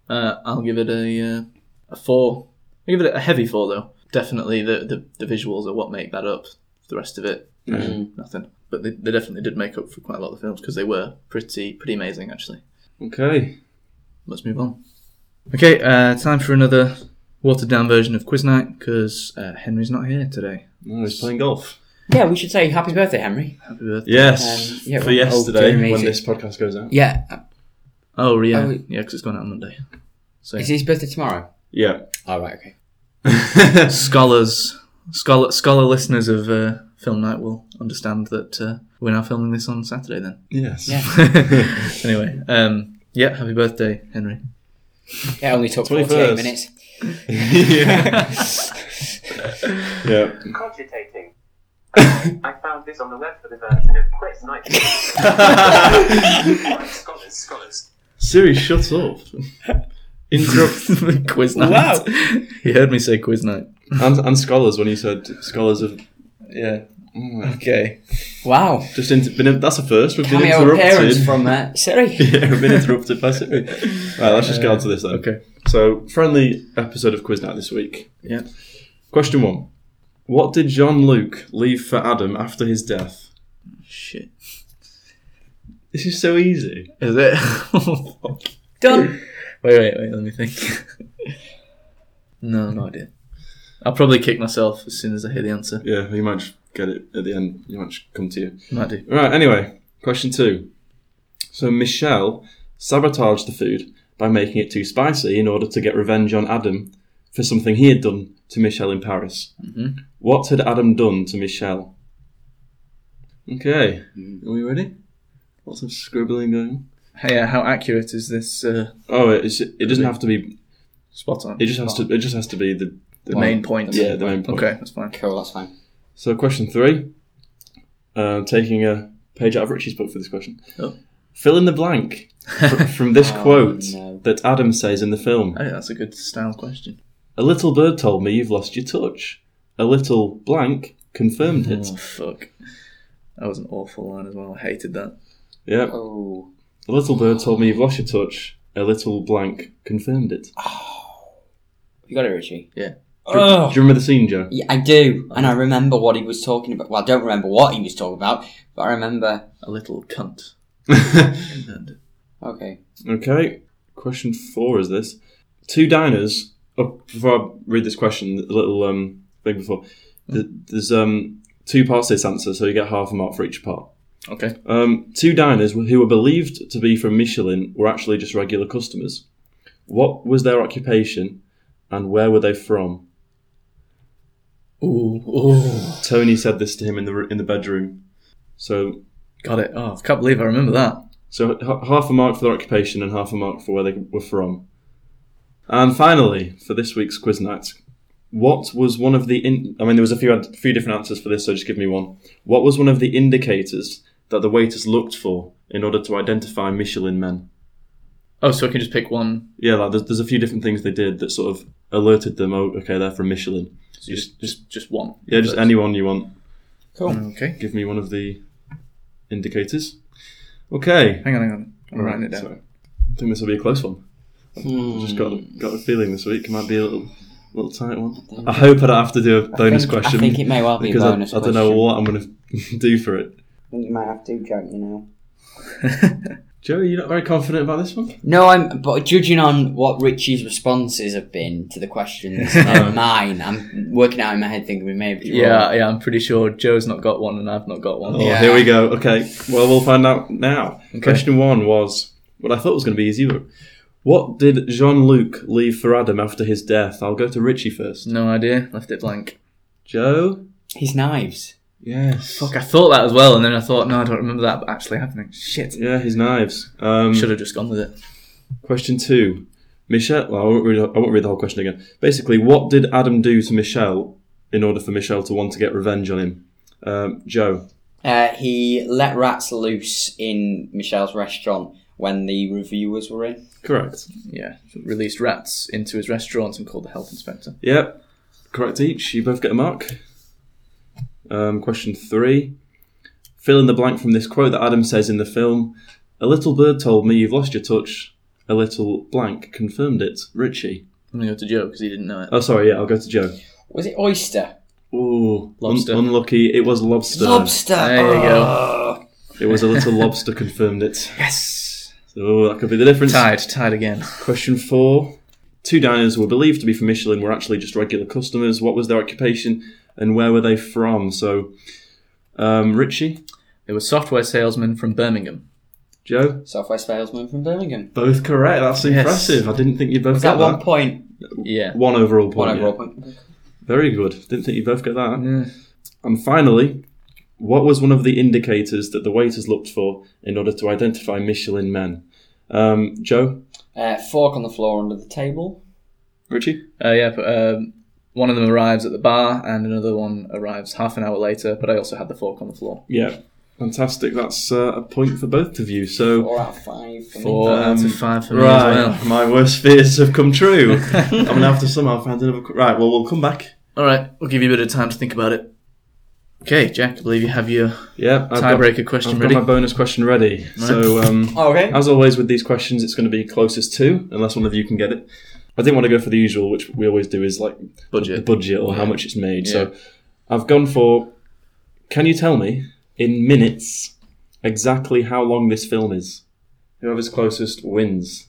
Uh, I'll give it a uh, a four. I give it a heavy four though. Definitely the, the, the visuals are what make that up. The rest of it, nothing. But they, they definitely did make up for quite a lot of the films because they were pretty pretty amazing actually.
Okay.
Let's move on. Okay, uh, time for another watered down version of Quiz Night because uh, Henry's not here today.
No, he's playing golf.
Yeah, we should say happy birthday, Henry.
Happy birthday.
Yes.
Um, yeah,
for
well, oh,
yesterday
dear me, is
when
it-
this podcast goes out.
Yeah.
Oh yeah,
Oh,
Yeah,
we-
yeah, because it's going out on Monday. So
Is his birthday tomorrow?
Yeah.
All right, okay.
scholars, scholar scholar listeners of uh, Film Night will understand that uh, we're now filming this on Saturday then.
Yes.
Yeah.
anyway, um, yeah, happy birthday, Henry.
Yeah, only took 48
21st.
minutes.
yeah. yeah.
Cogitating. I found this on the web for the version of Quiz Night. scholars, scholars.
Siri, shut up. Interrupt.
quiz night.
Wow.
he heard me say quiz night.
and, and scholars when you said scholars of.
Yeah.
Mm,
Okay.
Wow.
Just inter- been, that's a first. We've been
Cameo appearance
interrupted.
from uh, Siri.
yeah, we've been interrupted by Siri. Right, let's just go on to this then.
Okay.
So, friendly episode of Quiz Night this week.
Yeah.
Question one: What did John Luke leave for Adam after his death?
Shit.
This is so easy.
Is it? Oh, fuck.
Done.
wait, wait, wait. Let me think. no, no idea. I'll probably kick myself as soon as I hear the answer.
Yeah, you might just get it at the end. You might just come to you.
Might do.
Right, anyway, question two. So Michelle sabotaged the food by making it too spicy in order to get revenge on Adam for something he had done to Michelle in Paris. What had Adam done to Michelle? Okay, Mm, are we ready? Lots of scribbling going on.
Hey, uh, how accurate is this? Uh,
Oh, it's, it doesn't have to be.
spot on.
It just has to. It just has to be the, the
main point.
Yeah, the main point.
Okay, that's fine.
Cool, that's fine.
So, question three. Uh, taking a page out of Richie's book for this question.
Oh.
Fill in the blank fr- from this
Oh,
quote
no.
that Adam says in the film.
I think that's a good style question.
A little bird told me you've lost your touch. A little blank confirmed it.
Oh fuck. That was an awful line as well. I hated that.
Yeah.
Oh.
A little bird told me you've lost your touch. A little blank confirmed it.
You got it, Richie?
Yeah.
Oh.
Do you remember the scene, Joe?
Yeah, I do, and I remember what he was talking about. Well, I don't remember what he was talking about, but I remember.
A little cunt. And-
Okay.
Okay. Question four is this. Two diners. Oh, before I read this question, a little um, thing before. Th- There's um, two parts to this answer, so you get half a mark for each part.
Okay.
Um, two diners who were believed to be from Michelin were actually just regular customers. What was their occupation and where were they from?
Ooh, ooh.
Tony said this to him in the, r- in the bedroom. So,
Got it. Oh, I can't believe I remember that.
so h- half a mark for their occupation and half a mark for where they were from. And finally, for this week's quiz night, what was one of the. In- I mean, there was a few, a few different answers for this, so just give me one. What was one of the indicators that the waiters looked for in order to identify Michelin men?
Oh, so I can just pick one.
yeah, like there's, there's a few different things they did that sort of alerted them. Oh, okay, they're from Michelin.
So just, just, just one.
Yeah, just anyone you want.
Okay.
Give me one of the indicators. Okay,
Hang on, hang on. I'm writing it down.
so I think this will be a close one. I've just got
Hmm.
got a feeling this week it might be a little little tight one. I hope I don't have to do a bonus
think- I
question.
think it may well be a
because I-
bonus
I, don't know
question.
what I'm going to do for it.
You might have to, Jack, you know.
Joe, are you not very confident about this one?
No, I'm. But judging on what Richie's responses have been to the questions and mine, I'm working out in my head thinking we may be
Yeah, yeah, I'm pretty sure Joe's not got one and I've not got one.
Oh,
Yeah.
here we go. Okay. Well, we'll find out now. Question one was what I thought was going to be easy. but What did Jean Luc leave for Adam after his death? I'll go to Richie first.
No idea. Left it blank.
Joe?
His knives.
Yes.
Fuck, I thought that as well, and then I thought, no, I don't remember that actually happening. Shit.
Yeah, his knives. Um,
Should have just gone with it.
question two. Michelle. Well, I, won't read, I won't read the whole question again. Basically, what did Adam do to Michelle in order for Michelle to want to get revenge on him? Um, Joe.
Uh, he let rats loose in Michelle's restaurant when the reviewers were in.
Correct.
Yeah, released rats into his restaurant and called the health inspector.
Yep. Correct each. You both get a mark. Um, question three. Fill in the blank from this quote that Adam says in the film. A little bird told me you've lost your touch. A little blank confirmed it. Richie.
I'm gonna go to Joe because he didn't know it.
Oh, sorry. Yeah, I'll go to Joe.
Was it oyster?
Ooh,
Lobster.
un- unlucky. It was lobster.
Lobster.
There you
Oh.
It was a little lobster confirmed it.
Yes,
So that could be the difference.
tied, tied again.
Question four. Two diners were believed to be from Michelin were actually just regular customers. What was their occupation and where were they from? So, um, Richie,
They were software salesmen from Birmingham.
Joe,
Software salesman from Birmingham.
both correct. That's impressive. I didn't think you both
Was
got
that one
that.
point?
Yeah.
One overall point.
One overall Mm-hmm.
yeah.
point.
Very good. Didn't think you both get that.
Yeah.
And finally, what was one of the indicators that the waiters looked for in order to identify Michelin men? Um, Joe,
Uh, fork on the floor under the table.
Richie,
Uh, yeah, but um, one of them arrives at the bar and another one arrives half an hour later, but I also had the fork on the floor.
yeah, fantastic. That's uh, a point for both of you. So.
Four out of five. For
Four
Me.
out of five for me
Right,
as well.
my worst fears have come true. I'm gonna have to somehow find another. Right, well, we'll come back.
All right, we'll give you a bit of time to think about it. Okay, Jack, I believe you have your
Yeah, I've got-
tiebreaker question
I've
ready.
got my bonus question ready. So, um,
Oh, okay.
as always with these questions, it's going to be closest to, unless one of you can get it. I didn't want to go for the usual, which we always do, is like the
budget.
budget or how much it's made. So, I've gone for. Can you tell me in minutes exactly how long this film is? Whoever's closest wins.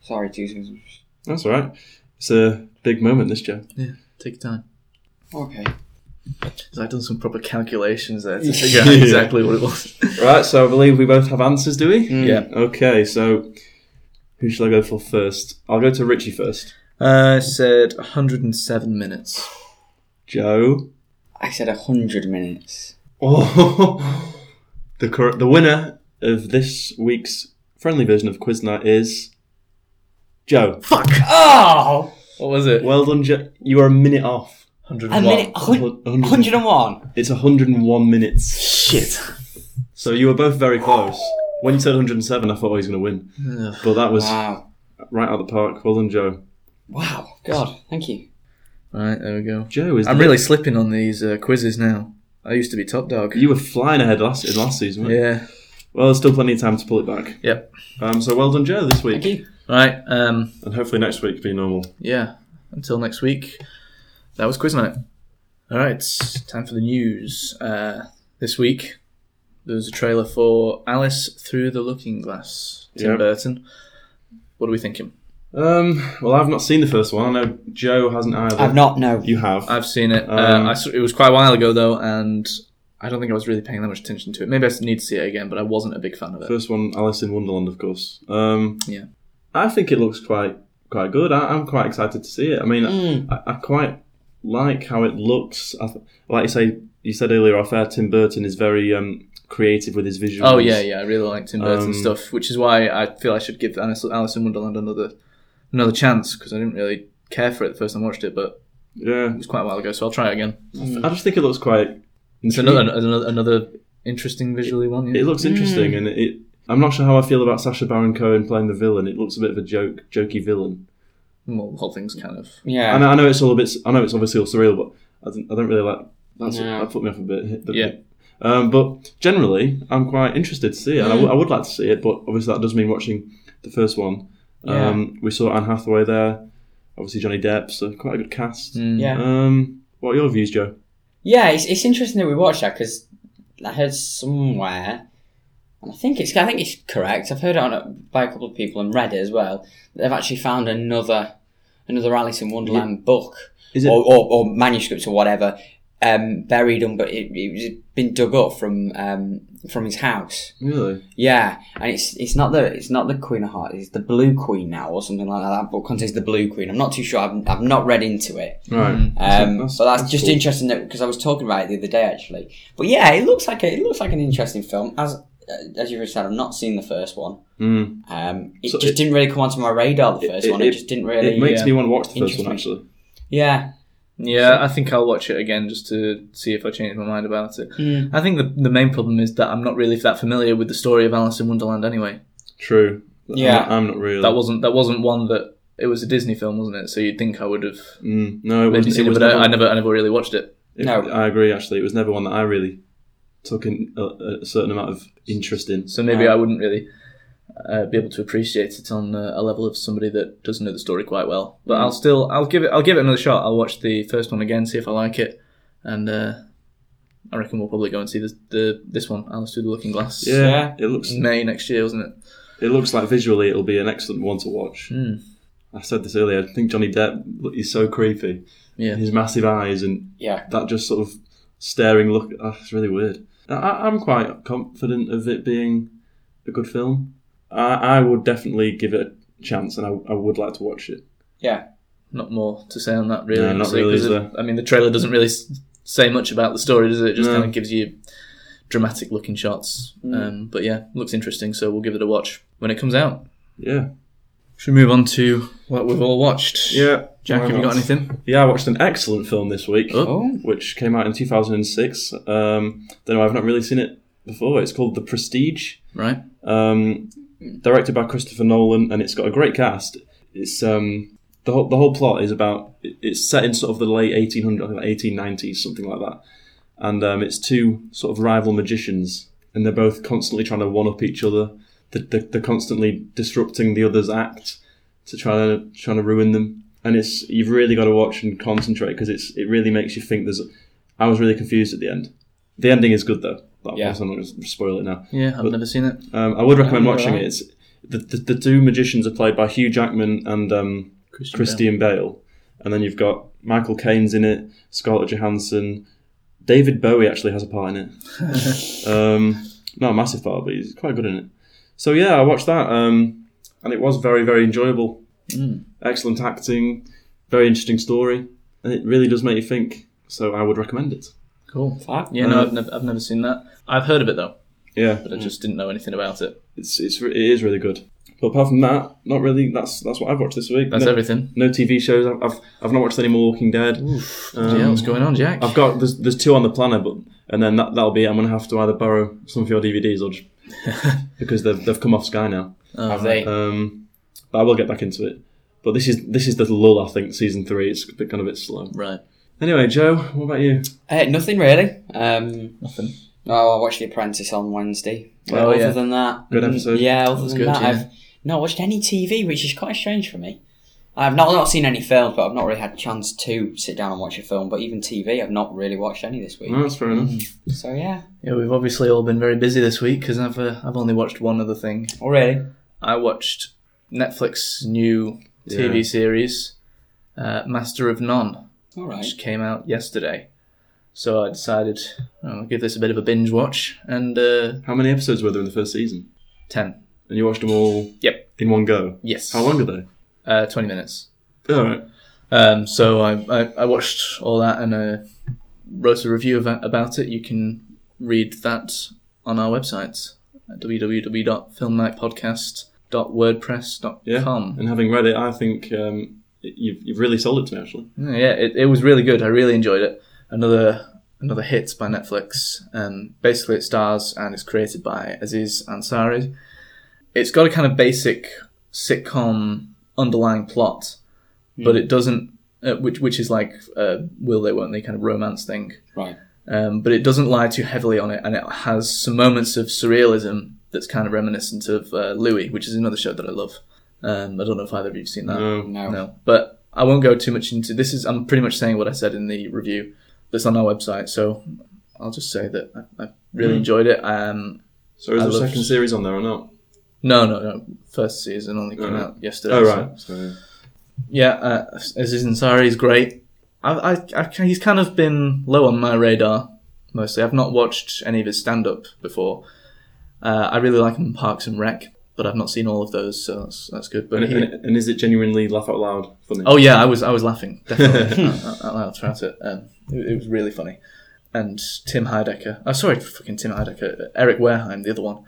Sorry, two seconds.
That's all right. It's a big moment, this Joe.
yeah, take your time.
Okay.
'Cause I've done some proper calculations there to figure out exactly what it was.
Right, so I believe we both have answers, do we?
Yeah.
Okay, so who shall I go for first? I'll go to Richie first.
Uh, I said 107 minutes.
Joe.
I said a hundred minutes.
Oh, the cor- the winner of this week's friendly version of Quiz Night is Joe.
Oh,
What was it?
Well done, Joe. You are a minute off.
101.
a minute.
Hun- hundred.
Hundred and one.
It's 101 minutes.
Shit.
So you were both very close. When you said 107, I thought I was going to win.
Ugh.
But that was
Wow.
right out of the park. Well done, Joe.
Wow. God. Thank you.
Right, there we go.
Joe is.
I'm
the-
really slipping on these uh, quizzes now. I used to be top dog.
You were flying ahead last in last season. weren't you?
Yeah.
Well, there's still plenty of time to pull it back.
Yep.
Um, so well done, Joe, this
Thank
week,
you.
Right. Um.
and hopefully next week be normal.
Yeah. Until next week. That was quiz night. All right. it's Time for the news. Uh, this week there was a trailer for Alice Through the Looking Glass. Tim
Yep.
Burton. What are we thinking?
Um, well, I've not seen the first one. I know Joe hasn't either.
I've not. No.
You have.
I've seen it.
Um,
uh, I, saw- it was quite a while ago though, and I don't think I was really paying that much attention to it. Maybe I need to see it again, but I wasn't a big fan of it.
First one, Alice in Wonderland, of course. Um,
Yeah.
I think it looks quite quite good. I, I'm quite excited to see it. I mean,
Mm.
I, I quite like how it looks. I th- like you say, you said earlier off air, Tim Burton is very um, creative with his visuals.
Oh yeah, yeah, I really like Tim Burton
Um,
stuff, which is why I feel I should give Alice, Alice in Wonderland another another chance because I didn't really care for it the first time I watched it, but
yeah.
it was quite a while ago, so I'll try it again.
I just think it looks quite.
Mm. It's another another, another interesting visually one. Yeah.
It looks
Mm.
interesting, and it. I'm not sure how I feel about Sasha Baron Cohen playing the villain. It looks a bit of a joke, jokey villain.
well, the whole thing's kind of
Yeah.
I, know, I know it's all a bit. I know it's obviously all surreal, but I don't, I don't really like. That's
No.
that put me off a bit.
Yeah.
Um, but generally, I'm quite interested to see it. And I,
Mm.
w- I would like to see it, but obviously that does mean watching the first one. Um, we saw Anne Hathaway there, obviously Johnny Depp, so quite a good cast.
Mm.
yeah.
Um, what are your views, Joe?
Yeah, it's, it's interesting that we watched that because I heard somewhere, and I think it's I think it's correct. I've heard it on, a- by a couple of people and read it as well. that They've actually found another another Alice in Wonderland book
Is it?
or, or, or manuscript or whatever um, buried, un- but it, it was been dug up from um, from his house.
really?
Yeah, and it's it's not the it's not the Queen of Hearts. It's the Blue Queen now or something like that. That book contains the Blue Queen. I'm not too sure. I've, I've not read into it.
Mm.
Right.
Um, but that's, just
cool.
interesting because I was talking about it the other day actually. But yeah, it looks like a, it looks like an interesting film. As uh, as you've said, I've not seen the first one.
Mm.
Um, it
So
just
it-
didn't really come onto my radar. The first one, it, just didn't really.
It makes
yeah.
me want to watch the first one
Interesting.
actually.
yeah,
Yeah, I think I'll watch it again just to see if I change my mind about it.
Hmm.
I think the the main problem is that I'm not really that familiar with the story of Alice in Wonderland anyway.
True.
Yeah.
I'm, I'm not really.
That wasn't that wasn't one that it was a Disney film, wasn't it? So you'd think I would have
Mm, no, it
maybe
wasn't.
seen
It
it,
was
but
never,
I, I never I never really watched it.
it-
No.
I agree. Actually, it was never one that I really took in a, a certain amount of interest in.
So maybe
No.
I wouldn't really uh, be able to appreciate it on uh, a level of somebody that doesn't know the story quite well. But
Mm.
I'll still I'll give it I'll give it another shot. I'll watch the first one again, see if I like it, and uh, I reckon we'll probably go and see this the this one Alice through the Looking Glass.
Yeah,
Yeah.
it looks
May next year, wasn't it?
it looks like visually it'll be an excellent one to watch.
Hmm.
I said this earlier. I think Johnny Depp he's so creepy.
Yeah.
His massive eyes and
Yeah.
that just sort of staring look. ah, It's really weird. I- I, I'm quite confident of it being a good film. I, I would definitely give it a chance, and I, I would like to watch it.
Yeah.
Not more to say on that really.
No, not
honestly,
really,
'cause
is
it- I mean, the trailer doesn't really s- say much about the story, does it? It just
No.
kind of gives you dramatic looking shots. Um, but yeah, looks interesting. So we'll give it a watch when it comes out.
Yeah,
Should we move on to what we've all watched?
yeah.
Jack,
why
have you got
not?
anything?
Yeah, I watched an excellent film this week,
Oh.
which came out in 2006. Um, don't know, I've not really seen it before. It's called The Prestige.
Right.
um, directed by Christopher Nolan, and it's got a great cast. It's um, the whole the whole plot is about it- it's set in sort of the late 1800s, 1890s, something like that, and um, it's two sort of rival magicians, and they're both constantly trying to one up each other. They're, they're, they're constantly disrupting the other's act to try to trying to ruin them. And it's you've really got to watch and concentrate because it's it really makes you think. There's I was really confused at the end. The ending is good though. That
Yeah.
I'm not going to spoil it now.
Yeah, I've never seen it.
Um, I would recommend
Oh,
watching
right.
it. It's, the, the the two magicians are played by Hugh Jackman and um,
Christian
Christian Bale. and then you've got Michael Caine's in it, Scarlett Johansson, David Bowie actually has a part in it. um, not a massive part, but he's quite good in it. So yeah, I watched that, um, and it was very very enjoyable. Excellent acting, very interesting story, and it really does make you think. So I would recommend it.
Cool.
Fuck.
Yeah, no,
Uh, Mm.
I've, nev- I've never seen that. I've heard of it though,
Yeah,
but I just didn't know anything about it.
it's it's re- it is really good. But apart from that, not really. That's that's what I've watched this week.
That's
No-
everything.
No TV shows. I've, I've I've not watched any more Walking Dead. Um,
yeah, what's going on, Jack?
I've got there's, there's two on the planner, but and then that that'll be. it. I'm gonna have to either borrow some of your DVDs or just because they've they've come off Sky now.
Oh,
Have they?
Um, but I will get back into it. But this is this is the lull. I think season three. It's a bit, kind of a bit slow.
Right.
Anyway, Joe, what about you?
Uh, nothing really. Um,
Nothing.
oh, I watched The Apprentice on Wednesday.
Oh,
other
yeah.
than that,
Good
mm,
episode.
Yeah, other
was
than
good,
that,
yeah.
I've not watched any TV, which is quite strange for me. I've not not seen any films, but I've not really had a chance to sit down and watch a film. But even TV, I've not really watched any this week.
Mm.
No, that's fair enough.
So yeah.
Yeah, we've obviously all been very busy this week because I've uh, I've only watched one other thing.
Oh really?
I watched Netflix new TV
Yeah.
series, uh, Master of None,
All right.
which came out yesterday. So I decided oh, I'll give this a bit of a binge watch and uh,
How many episodes were there in the first season?
ten.
And you watched them all
Yep.
in one go.
Yes.
How long are they?
Uh, Twenty minutes.
All right.
Um, so I, I, I watched all that and uh, wrote a review about, about it. You can read that on our website uh, at
Yeah.
www.filmnightpodcast.wordpress.com.
And having read it, I think um, you've you've really sold it to me actually.
Yeah, yeah, it, it was really good. I really enjoyed it. Another another hit by Netflix. Um, basically, it stars and is created by Aziz Ansari. It's got a kind of basic sitcom underlying plot, but it doesn't, uh, which which is like uh, will they won't they kind of romance thing.
Right.
um, but it doesn't lie too heavily on it, and it has some moments of surrealism that's kind of reminiscent of uh, Louis, which is another show that I love. Um, I don't know if either of you've seen that.
No.
No.
no. But I won't go too much into this. Is I'm pretty much saying what I said in the review that's on our website. So I'll just say that I, I
Hmm.
really enjoyed it. Um,
So is
I
there a
love-
second series on there or not?
no, no, no. First season only came
Oh.
out yesterday.
Oh
so-
right. So,
yeah, uh, Aziz Ansari is great. I, I, I, he's kind of been low on my radar mostly. I've not watched any of his stand up before. Uh, I really like him in Parks and Rec, but I've not seen all of those, so that's, that's good. But
and,
he-
and, and is it genuinely laugh out loud funny?
oh yeah, I was I was laughing definitely out, out loud throughout it. Um, it. It was really funny. And Tim Heidecker, oh sorry, fucking Tim Heidecker, Eric Wareheim, the other one.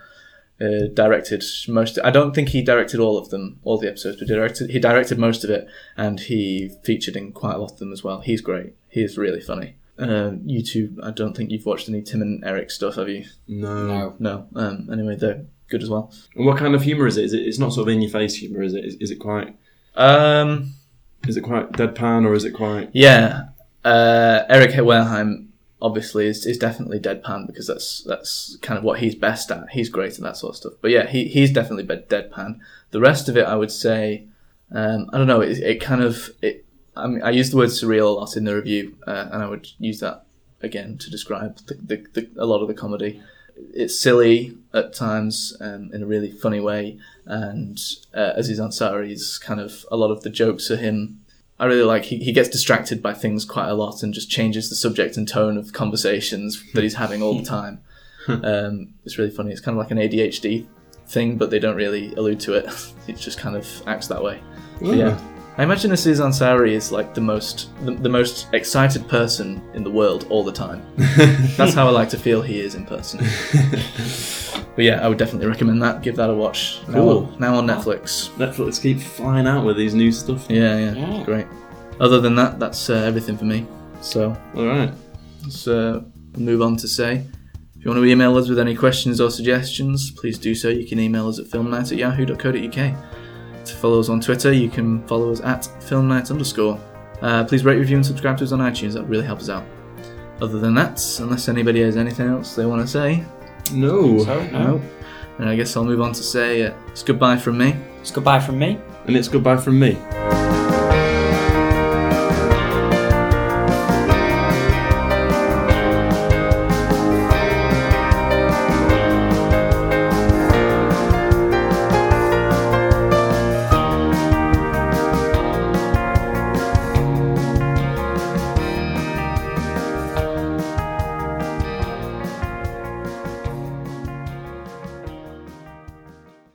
uh, directed most. I don't think he directed all of them, all the episodes, but he directed he directed most of it, and he featured in quite a lot of them as well. He's great. He is really funny. Uh, you two, I don't think you've watched any Tim and Eric stuff, have you?
No.
No.
No. Um, anyway, they're good as well.
And what kind of humor is it? Is it? It's not sort of in your face humor, is it? Is, is it quite?
Um,
Is it quite deadpan or is it quite?
Yeah, uh, Eric Wareheim obviously is, is definitely deadpan because that's that's kind of what he's best at. He's great at that sort of stuff. But yeah, he he's definitely bed- deadpan. The rest of it, I would say, um, I don't know. It, it kind of it. I mean, I use the word surreal a lot in the review, uh, and I would use that again to describe the, the, the, a lot of the comedy. It's silly at times um, in a really funny way, and uh, Aziz Ansari's kind of a lot of the jokes are him I really like he, he gets distracted by things quite a lot and just changes the subject and tone of conversations that he's having all the time. um, it's really funny. It's kind of like an ADHD thing, but they don't really allude to it. it just kind of acts that way. But yeah. I imagine Aziz Ansari is like the most the, the most excited person in the world all the time. That's how I like to feel he is in person. but yeah, I would definitely recommend that. Give that a watch. Now
Cool.
on- now on Netflix.
Netflix keep flying out with these new stuff.
Yeah, yeah,
Yeah.
great. Other than that, that's uh, everything for me. So
All right.
let's uh, move on to say. If you want to email us with any questions or suggestions, please do so. You can email us at filmnight at yahoo.co.uk. To follow us on Twitter, you can follow us at filmnight underscore. Uh, please rate, review, and subscribe to us on iTunes. That really helps us out. Other than that, unless anybody has anything else they want to say,
No.
no. And I guess I'll move on to say uh, it's goodbye from me.
It's goodbye from me.
And it's goodbye from me.